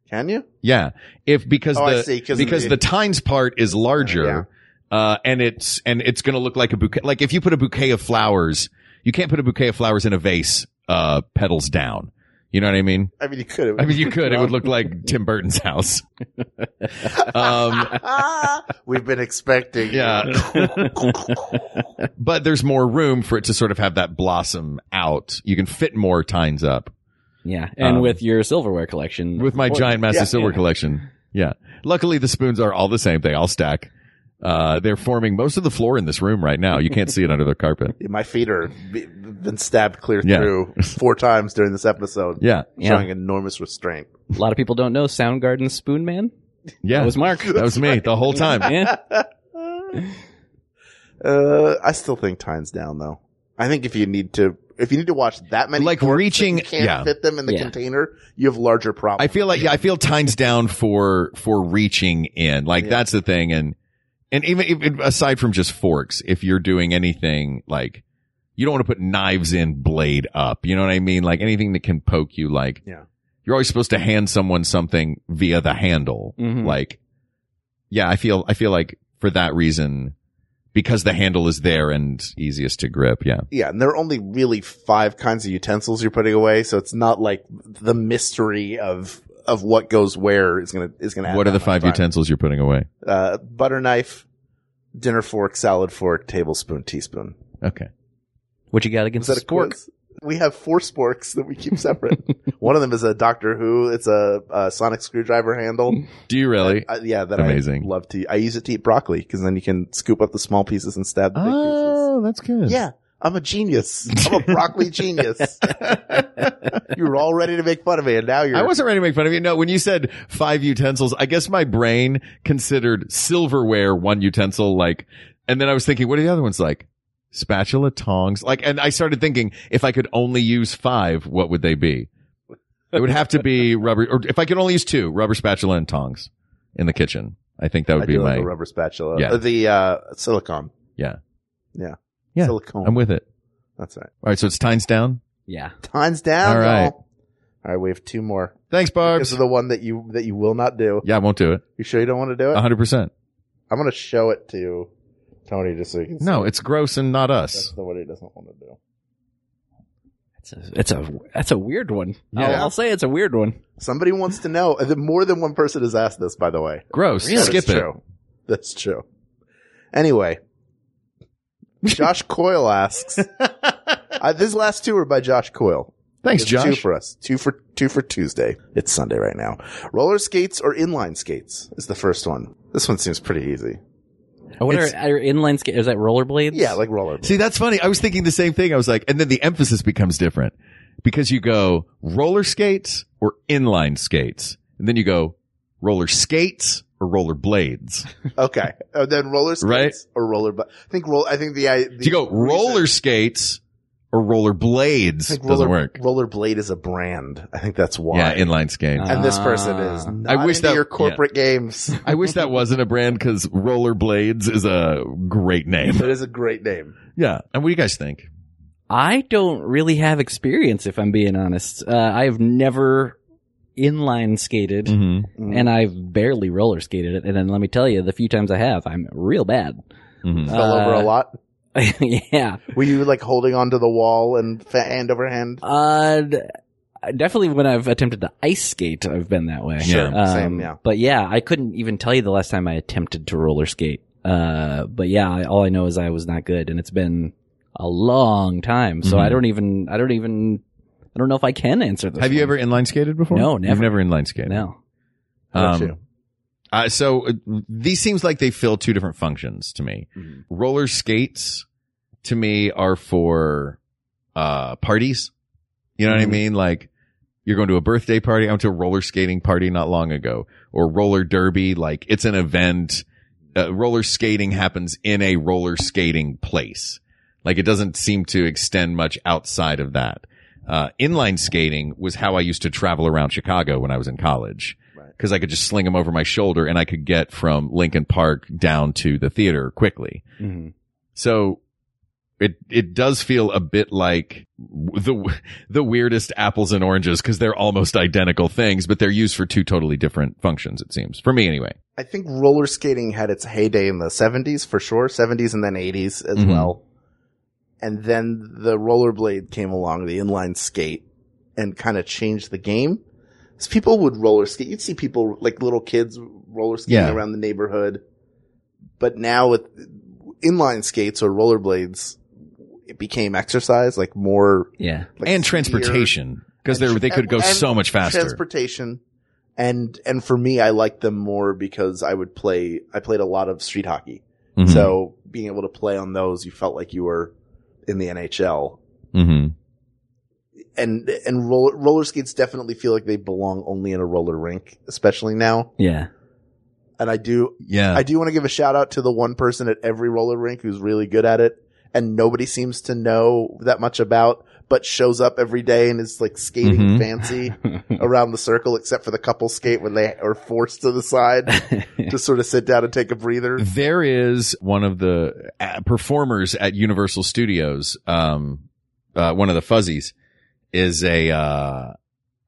S2: Can you?
S3: Yeah, if because
S2: Oh, I
S3: the
S2: see, 'cause of
S3: because
S2: the-
S3: the, tines part is larger, uh, and it's and it's going to look like a bouquet. Like if you put a bouquet of flowers, you can't put a bouquet of flowers in a vase, uh, petals down. You know what I mean?
S2: I mean, you could. It
S3: I mean, you
S2: would-
S3: could. It would look like Tim Burton's house. [LAUGHS] um,
S2: [LAUGHS] We've been expecting.
S3: yeah. [LAUGHS] but there's more room for it to sort of have that blossom out. You can fit more tines up
S4: Yeah, and
S3: Um,
S4: with your silverware collection,
S3: with my
S4: Well,
S3: giant massive
S4: yeah,
S3: silver
S4: yeah.
S3: collection. Yeah. Luckily, the spoons are all the same. They all stack. Uh, they're forming most of the floor in this room right now. You can't see it under the carpet.
S2: My feet are be- been stabbed clear
S3: Yeah. [LAUGHS]
S2: through four times during this episode.
S3: Yeah.
S4: Yeah.
S2: showing enormous restraint.
S4: A lot of people don't know Soundgarden Spoon Man.
S3: Yeah,
S4: That was Mark.
S3: That was me the whole time.
S2: [LAUGHS]
S4: yeah.
S2: Uh, I still think time's down though. I think if you need to, if you need to watch that many,
S3: Like
S2: corks that
S3: reaching-
S2: you can't
S3: yeah.
S2: fit them in the
S4: Yeah.
S2: container. You have larger
S3: I
S2: problems.
S3: feel like yeah, I feel times down for for reaching in. Like that's the thing, and and even, even aside from just forks, if you're doing anything like you don't want to put knives in blade up. You know what I mean? Like anything that can poke you. Like
S2: Yeah.
S3: you're always supposed to hand someone something via the handle.
S2: Mm-hmm.
S4: Mhm.
S3: Like yeah, I feel I feel like for that reason because the handle is there and easiest to grip. Yeah.
S2: yeah, and there are only really five kinds of utensils you're putting away, so it's not like the mystery of of what goes where is gonna is gonna. add
S3: What are
S2: that
S3: the
S2: much
S3: five
S2: time.
S3: utensils you're putting away?
S2: Uh, butter knife, dinner fork, salad fork, tablespoon, teaspoon.
S3: Okay.
S4: What you got against
S2: Is that a
S4: the spork?
S2: quiz? We have four sporks that we
S3: [LAUGHS]
S2: keep separate. One of them is a Doctor Who. It's a, a sonic screwdriver
S3: [LAUGHS]
S2: handle.
S3: Do you really?
S2: Uh, yeah, that
S3: Amazing.
S2: I love to. I use it to eat broccoli because then you can scoop up the small pieces and stab the big
S3: Oh, that's good.
S2: pieces. Yeah, I'm a genius. I'm
S3: [LAUGHS]
S2: a broccoli genius. [LAUGHS] you were all ready to make fun of me, and now you're.
S3: I wasn't ready to make fun of you. No, when you said five utensils, I guess my brain considered silverware one utensil, like, and then I was thinking, what are the other ones like? Spatula, tongs, like, and I started thinking if I could only use five, what would they be? It would have to
S2: [LAUGHS]
S3: be rubber, or if I could only use two, rubber spatula and tongs in the kitchen. I think that would
S2: I
S3: be
S2: do like
S3: my,
S2: a rubber spatula.
S3: Yeah.
S2: Uh, the uh, silicone.
S3: yeah,
S2: Yeah.
S3: Yeah,
S2: Silicone.
S3: I'm with it.
S2: That's right.
S3: All right. So it's tines down.
S4: Yeah.
S2: Time's down.
S3: All right.
S2: y'all. All right. We have two more.
S3: Thanks,
S2: This
S3: Barbs.
S2: is the one that you that you will not do.
S3: Yeah, I won't do it.
S2: You sure you don't want to do it?
S3: hundred percent.
S2: I'm gonna show it to Tony just so he can see.
S3: No, it's gross and not
S2: That's
S3: us.
S2: the one he doesn't want to do.
S4: It's a, it's a that's a weird one.
S3: Yeah.
S4: I'll, I'll say it's a weird one.
S2: Somebody wants to know. uh, More than one person has asked this, by the way.
S3: Gross.
S2: That is
S3: Skip it.
S2: True. That's true.
S3: [LAUGHS]
S2: Anyway, Josh Coyle asks. I, these last two are by Josh Coyle.
S3: Thanks,
S2: It's Two
S3: Josh.
S2: for us. Two for two for Tuesday. It's Sunday right now. Roller skates or inline skates is the first one. This one seems pretty easy.
S4: I wonder
S3: It's-
S4: are inline skate is that rollerblades?
S2: Yeah, like roller.
S3: See, that's funny. I was thinking the same thing. I was like, and then the emphasis becomes different because you go roller skates or inline skates, and then you go roller skates or roller blades.
S2: Okay, uh, then roller skates
S3: Right.
S2: or roller. But I think roll. I think the, I the
S3: you go roller skates or roller blades.
S2: I think
S3: Doesn't
S2: roller,
S3: work.
S2: Rollerblade is a brand. I think that's why.
S3: Yeah, inline skates.
S2: and this person is. Not
S3: I wish
S2: into
S3: that-
S2: your
S3: [LAUGHS]
S2: corporate games.
S3: I wish that wasn't a brand because roller blades is a great name.
S2: That is a great name.
S3: Yeah. And what do you guys think?
S4: I don't really have experience if I'm being honest. Uh, I have never inline skated
S3: Mm-hmm.
S4: and I've barely roller skated it and then let me tell you the few times I have I'm real bad. [LAUGHS]
S3: Mm-hmm.
S2: Fell over a
S4: Uh,
S2: lot.
S4: yeah.
S2: Were you like holding onto the wall and fa- hand over hand?
S4: Uh, d- definitely when I've attempted to ice skate, I've been that way.
S3: Sure,
S4: Um,
S2: same, yeah.
S4: But yeah, I couldn't even tell you the last time I attempted to roller skate. Uh, but yeah, I, all I know is I was not good, and it's been a long time. So I
S2: Mm-hmm.
S4: don't even, I don't even, I don't know if I can answer this.
S3: Have you
S4: one.
S3: ever inline skated before?
S4: No,
S3: You've
S4: never.
S3: never inline skated.
S4: No.
S2: How
S3: Um,
S2: about you?
S3: Uh, so uh, these seems like they fill two different functions to me. Roller skates to me are for uh, parties. You know what I mean? Like you're going to a birthday party. I went to a roller skating party not long ago or roller derby. Like it's an event. Uh, roller skating happens in a roller skating place. Like it doesn't seem to extend much outside of that. Uh, inline skating was how I used to travel around Chicago when I was in college. Cause I could just sling them over my shoulder and I could get from Lincoln Park down to the theater quickly.
S2: Mm-hmm.
S3: So it it does feel a bit like w- the the weirdest apples and oranges because they're almost identical things, but they're used for two totally different functions. It seems for me anyway.
S2: I think roller skating had its heyday in the 70s for sure, 70s and then 80s as
S3: Mhm.
S2: well. And then the rollerblade came along, the inline skate, and kind of changed the game. So people would roller skate. You'd see people, like little kids, roller skating
S3: Yeah.
S2: around the neighborhood. But now with inline skates or rollerblades, it became exercise, like more.
S4: Yeah.
S2: like
S3: and
S2: speed or-
S3: transportation because they they could go
S2: and-
S3: so
S2: and
S3: much faster.
S2: Transportation, and and for me, I liked them more because I would play. I played a lot of street hockey,
S3: Mhm.
S2: so being able to play on those, you felt like you were in the NHL.
S3: mm-hmm.
S2: And and roller roller skates definitely feel like they belong only in a roller rink, especially now.
S4: Yeah.
S2: And I do,
S3: Yeah.
S2: I do want to give a shout out to the one person at every roller rink who's really good at it, and nobody seems to know that much about, but shows up every day and is like skating
S3: Mhm.
S2: fancy around the circle, except for the couple skate when they are forced to the side to sort of sit down and take a breather.
S3: There is one of the uh, performers at Universal Studios. Um, uh, one of the fuzzies is a. Uh,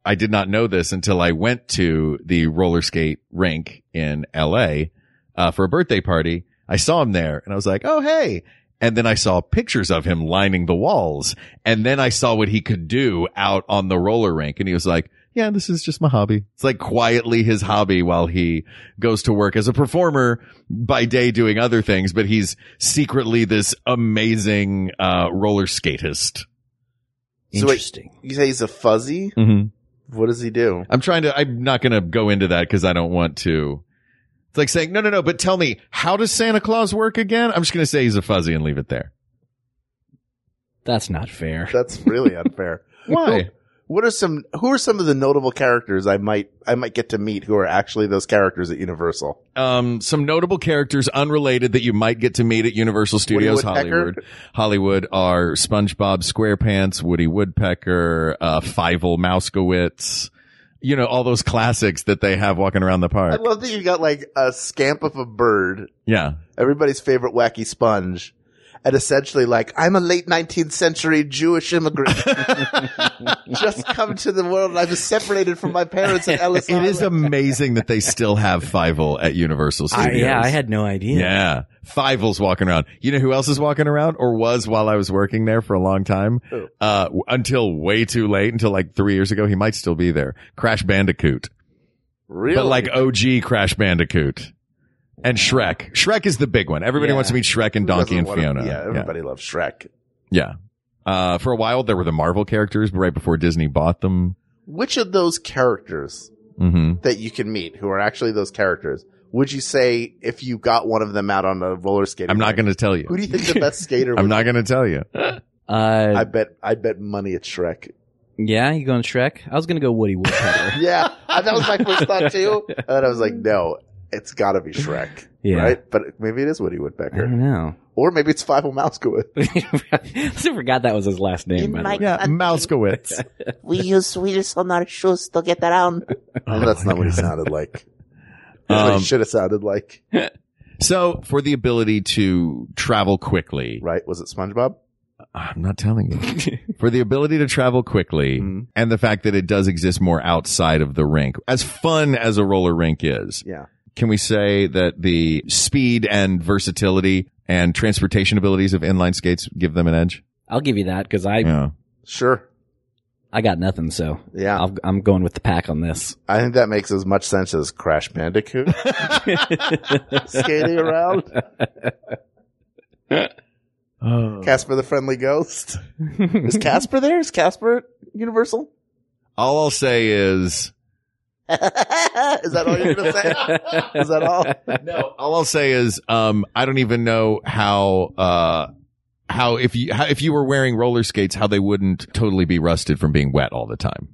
S3: I did not know this until I went to the roller skate rink in L.A. Uh, for a birthday party. I saw him there, and I was like, "Oh, hey." And then I saw pictures of him lining the walls. And then I saw what he could do out on the roller rink. And he was like, yeah, this is just my hobby. It's like quietly his hobby while he goes to work as a performer by day doing other things, but he's secretly this amazing, uh, roller skatist.
S2: So wait, you say he's a fuzzy.
S3: Mm-hmm.
S2: What does he do?
S3: I'm trying to, I'm not going to go into that because I don't want to. It's like saying, no, no, no, but tell me, how does Santa Claus work again? I'm just going to say he's a fuzzy and leave it there.
S4: That's not fair.
S2: That's really unfair.
S3: Why?
S2: Who- What are some? Who are some of the notable characters I might I might get to meet who are actually those characters at Universal?
S3: [LAUGHS] um, some notable characters unrelated that you might get to meet at Universal Studios
S2: Woodpecker?
S3: Hollywood. Hollywood are SpongeBob SquarePants, Woody Woodpecker, uh, Fievel Mouskowitz, you know, all those classics that they have walking around the
S2: I
S3: park.
S2: love that you got like a scamp of a bird,
S3: yeah.
S2: everybody's favorite wacky sponge, and essentially like I'm a late 19th century
S3: [LAUGHS]
S2: Jewish immigrant, just come to the world. and I was separated from my parents at Ellis.
S3: It is
S2: Island.
S3: amazing that they still have Fievel at Universal
S4: I,
S3: Studios.
S4: yeah, I had no idea.
S3: Yeah. Fievel's walking around. You know who else is walking around or was while I was working there for a long time?
S2: Who?
S3: Uh, w- until way too late, until like three years ago. He might still be there. Crash Bandicoot.
S2: really
S3: But like OG Crash Bandicoot. And Shrek. Shrek is the big one. Everybody
S4: Yeah.
S3: wants to meet Shrek and
S2: Who doesn't
S3: Donkey and
S2: wanna-
S3: Fiona.
S2: Yeah, everybody loves Shrek.
S3: Yeah. Uh, for a while, there were the Marvel characters right before Disney bought them.
S2: Which of those characters
S3: hmm
S2: that you can meet who are actually those characters would you say if you got one of them out on a roller skating?
S3: I'm not
S2: rink?
S3: going to tell you.
S2: Who do you think
S3: [LAUGHS]
S2: the best skater?
S3: I'm
S2: would
S3: not going to tell you.
S2: Be? I
S4: Uh,
S2: bet. I bet money it's Shrek.
S4: yeah, you going Shrek? I was gonna go Woody Woodpecker.
S2: Yeah, I- that was my first thought too. And then I was like, no, it's got to be Shrek,
S4: Yeah.
S2: right? But maybe it is Woody
S4: I don't
S2: Woodpecker,
S4: know. [LAUGHS]
S2: or maybe it's Five Mouskowitz.
S4: I still forgot that was his last name. by the way.
S2: [LAUGHS]
S3: Yeah, Mouskowitz.
S11: We use wheels on our shoes to get around.
S2: Oh, that's not what he sounded like. That's what
S3: Um,
S2: he should have sounded like,
S3: so for the ability to travel quickly,
S2: right? Was it SpongeBob?
S3: Ah, I'm not telling you. For the ability to travel quickly
S2: Mhm.
S3: and the fact that it does exist more outside of the rink, as fun as a roller rink is,
S2: Yeah.
S3: can we say that the speed and versatility and transportation abilities of inline skates give them an edge?
S4: I'll give you that because I
S3: yeah.
S2: Sure.
S4: I got nothing. So
S2: Yeah.
S4: I'll, I'm going with the pack on this.
S2: I think that makes as much sense as Crash Bandicoot skating around. Casper the Friendly Ghost. Is Casper there? Is Casper at Universal?
S3: All I'll say is
S2: [LAUGHS] Is that all you're going to say? Is that all?
S3: No. All I'll say is, um, I don't even know how, uh, how if you how, if you were wearing roller skates, how they wouldn't totally be rusted from being wet all the time.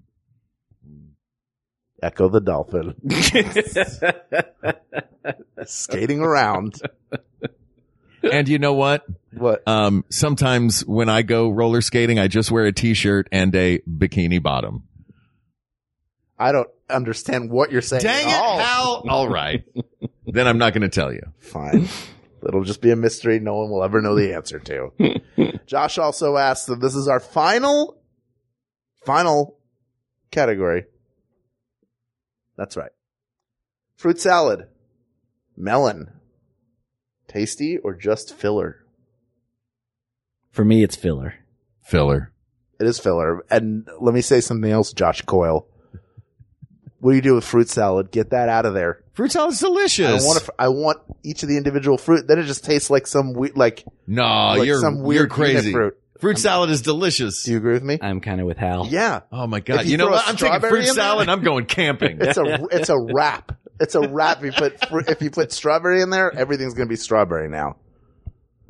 S2: Echo the dolphin. Skating around.
S3: And you know what?
S2: What?
S3: Um, sometimes when I go roller skating, I just wear a t-shirt and a bikini bottom.
S2: I don't understand what you're saying.
S3: Dang
S2: at
S3: it,
S2: all. [LAUGHS]
S3: Hal. All right. then I'm not going to tell you.
S2: Fine. It'll just be a mystery no one will ever know the answer to. Josh also asked that this is our final, final category. That's right. Fruit salad, melon, tasty or just filler?
S4: For me, it's filler.
S3: Filler.
S2: It is filler. And let me say something else, Josh Coyle. What do you do with fruit salad? Get that out of there.
S3: Fruit salad's
S2: I
S3: delicious.
S2: want, a fr- I want each of the individual fruit. Then it just tastes like some we- like
S3: no,
S2: like
S3: you're
S2: some
S3: you're
S2: weird peanut
S3: crazy.
S2: fruit.
S3: Fruit salad is delicious.
S2: Do you agree with me?
S4: I'm kind of with Hal.
S2: Yeah,
S3: Oh my
S2: If
S3: god!
S2: you
S3: You, know
S2: throw a
S3: what? I'm taking
S2: strawberry
S3: fruit
S2: in there-
S3: salad. I'm going
S2: [LAUGHS]
S3: camping. [LAUGHS]
S2: it's a it's a wrap. It's a wrap. If you put fr- if you put strawberry in there, everything's gonna be strawberry now.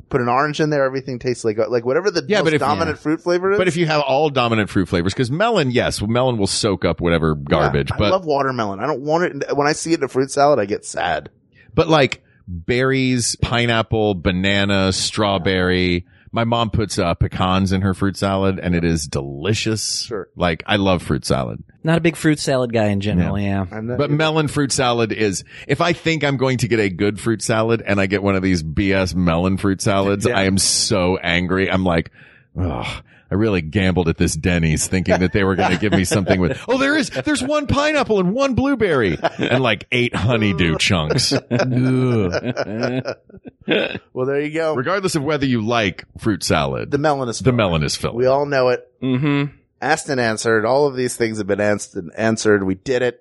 S2: Put an orange in there, everything tastes like like whatever the
S3: Yeah,
S2: most
S3: but if-
S2: dominant fruit flavor is.
S3: But if you have all dominant fruit flavors, because melon, yes, melon will soak up whatever garbage.
S2: I
S3: but
S2: love watermelon. I don't want it. in- When I see it in a fruit salad, I get sad.
S3: but like berries, pineapple, banana, strawberry. My mom puts uh, pecans in her fruit salad, and it is delicious.
S2: Sure.
S3: Like I love fruit salad,
S4: Not a big fruit salad guy in general. Yeah.
S2: I'm not,
S3: but melon fruit salad is. If I think I'm going to get a good fruit salad, and I get one of these BS melon fruit salads, I am so angry. I'm like, ugh. I really gambled at this Denny's thinking that they were going to give me something with, oh, there is, there's one pineapple and one blueberry and like eight honeydew chunks. Ugh.
S2: well, there you go.
S3: regardless of whether you like fruit salad,
S2: the
S3: the,
S2: melon is filler.
S3: melon is filled.
S2: We all know it.
S4: Mm-hmm.
S2: Asked and answered. All of these things have been asked and answered. We did it.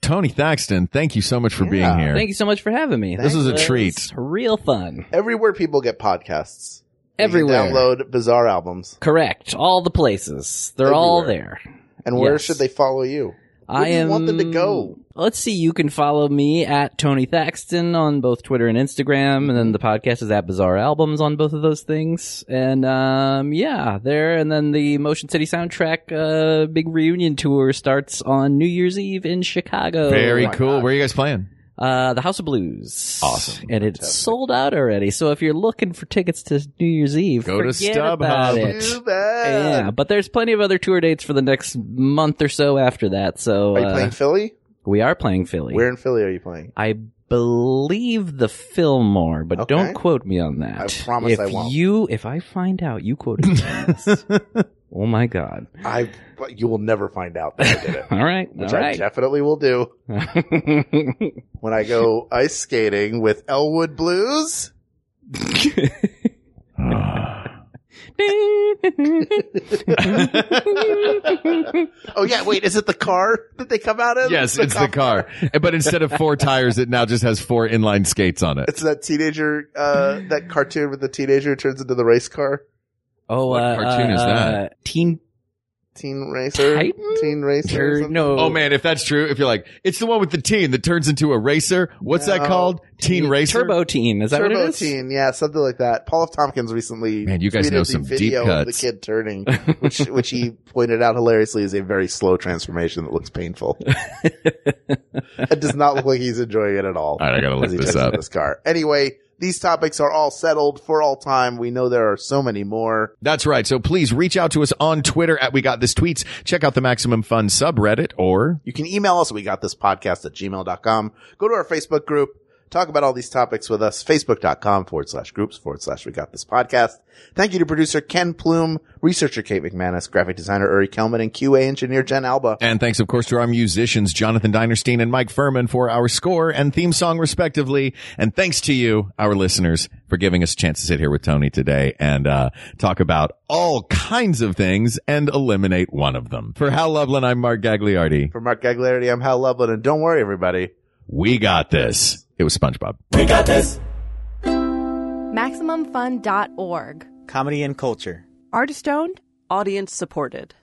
S3: Tony Thaxton, thank you so much for
S2: Yeah.
S3: being here.
S4: Thank you so much for having me.
S3: This is a
S4: was
S3: treat.
S4: Real fun.
S2: Everywhere people get podcasts. You can
S4: Everywhere.
S2: download bizarre albums.
S4: Correct. All the places. They're all
S2: Everywhere.
S4: there.
S2: And where
S4: Yes.
S2: should they follow you? Where
S4: I
S2: do you
S4: am,
S2: want them to go?
S4: Let's see. You can follow me at Tony Thaxton on both Twitter and Instagram, and then the
S2: Mm-hmm.
S4: podcast is at Bizarre Albums on both of those things. And um, yeah, there. And then the Motion City soundtrack uh, big reunion tour starts on New Year's Eve in Chicago.
S3: Very
S2: Oh
S3: cool. Where are you guys playing?
S4: Uh, the House of Blues.
S3: Awesome.
S4: And it's sold out already. So if you're looking for tickets to New Year's Eve,
S3: Go to
S4: forget
S3: StubHub.
S4: about it.
S2: Too bad.
S4: Yeah, but there's plenty of other tour dates for the next month or so after that. So
S2: Are you
S4: uh,
S2: playing Philly?
S4: we are playing Philly.
S2: Where in Philly are you playing?
S4: I believe the Fillmore, but
S2: Okay.
S4: don't quote me on that.
S2: I promise
S4: if
S2: I won't.
S4: You, if I find out you quoted me, on this,
S2: [LAUGHS]
S4: oh my god!
S2: I. But you will never find out that I did it,
S4: [LAUGHS] All right,
S2: which
S4: all
S2: I
S4: right.
S2: definitely will
S4: [LAUGHS]
S2: do when I go ice skating with Elwood Blues. Oh yeah, wait, is it the car that they come out of?
S3: yes, it's the car. But instead of four tires, it now just has four inline skates on it.
S2: It's that teenager, uh, that cartoon with the teenager who turns into the race car.
S4: oh,
S3: What
S4: uh,
S3: cartoon
S4: uh,
S3: is that?
S4: uh, Teen
S2: Teen racer,
S4: Titan?
S2: teen racer. or
S4: or
S2: something?
S4: no?
S3: Oh man, if that's true, if you're like, it's the one with the teen that turns into a racer. What's that
S2: No.
S3: called? Teen racer.
S4: Turbo Teen. Is that
S2: Turbo
S4: what it is?
S2: Teen, yeah, something like that. Paul F. Tompkins recently
S3: Man, you guys
S2: tweeted
S3: know
S2: the
S3: some deep
S2: video of the
S3: cuts. [LAUGHS]
S2: kid turning, which which he pointed out hilariously is a very slow transformation that looks
S3: [LAUGHS]
S2: painful. it does not look like he's enjoying it at all.
S3: All right, I gotta look
S2: as he
S3: this
S2: turns into
S3: up.
S2: This car. Anyway, these topics are all settled for all time. We know there are so many more.
S3: That's right. So please reach out to us on Twitter at We Got This Tweets. Check out the Maximum Fun subreddit or
S2: You can email us. We got this podcast at gmail.com. Go to our Facebook group. Talk about all these topics with us. Facebook.com forward slash groups forward slash we got this podcast. Thank you to producer Ken Plume, researcher Kate McManus, graphic designer Uri Kelman, and QA engineer Jen Alba.
S3: and thanks of course to our musicians Jonathan Dinerstein and Mike Furman for our score and theme song respectively. And thanks to you, our listeners, for giving us a chance to sit here with Tony today and uh talk about all kinds of things and eliminate one of them. For Hal Loveland, I'm Mark Gagliardi.
S2: For Mark Gagliardi, I'm Hal Loveland, and don't worry, everybody.
S3: We got this. It was SpongeBob.
S1: We got this.
S10: MaximumFun.org.
S12: Comedy and culture.
S13: Artist owned, audience supported.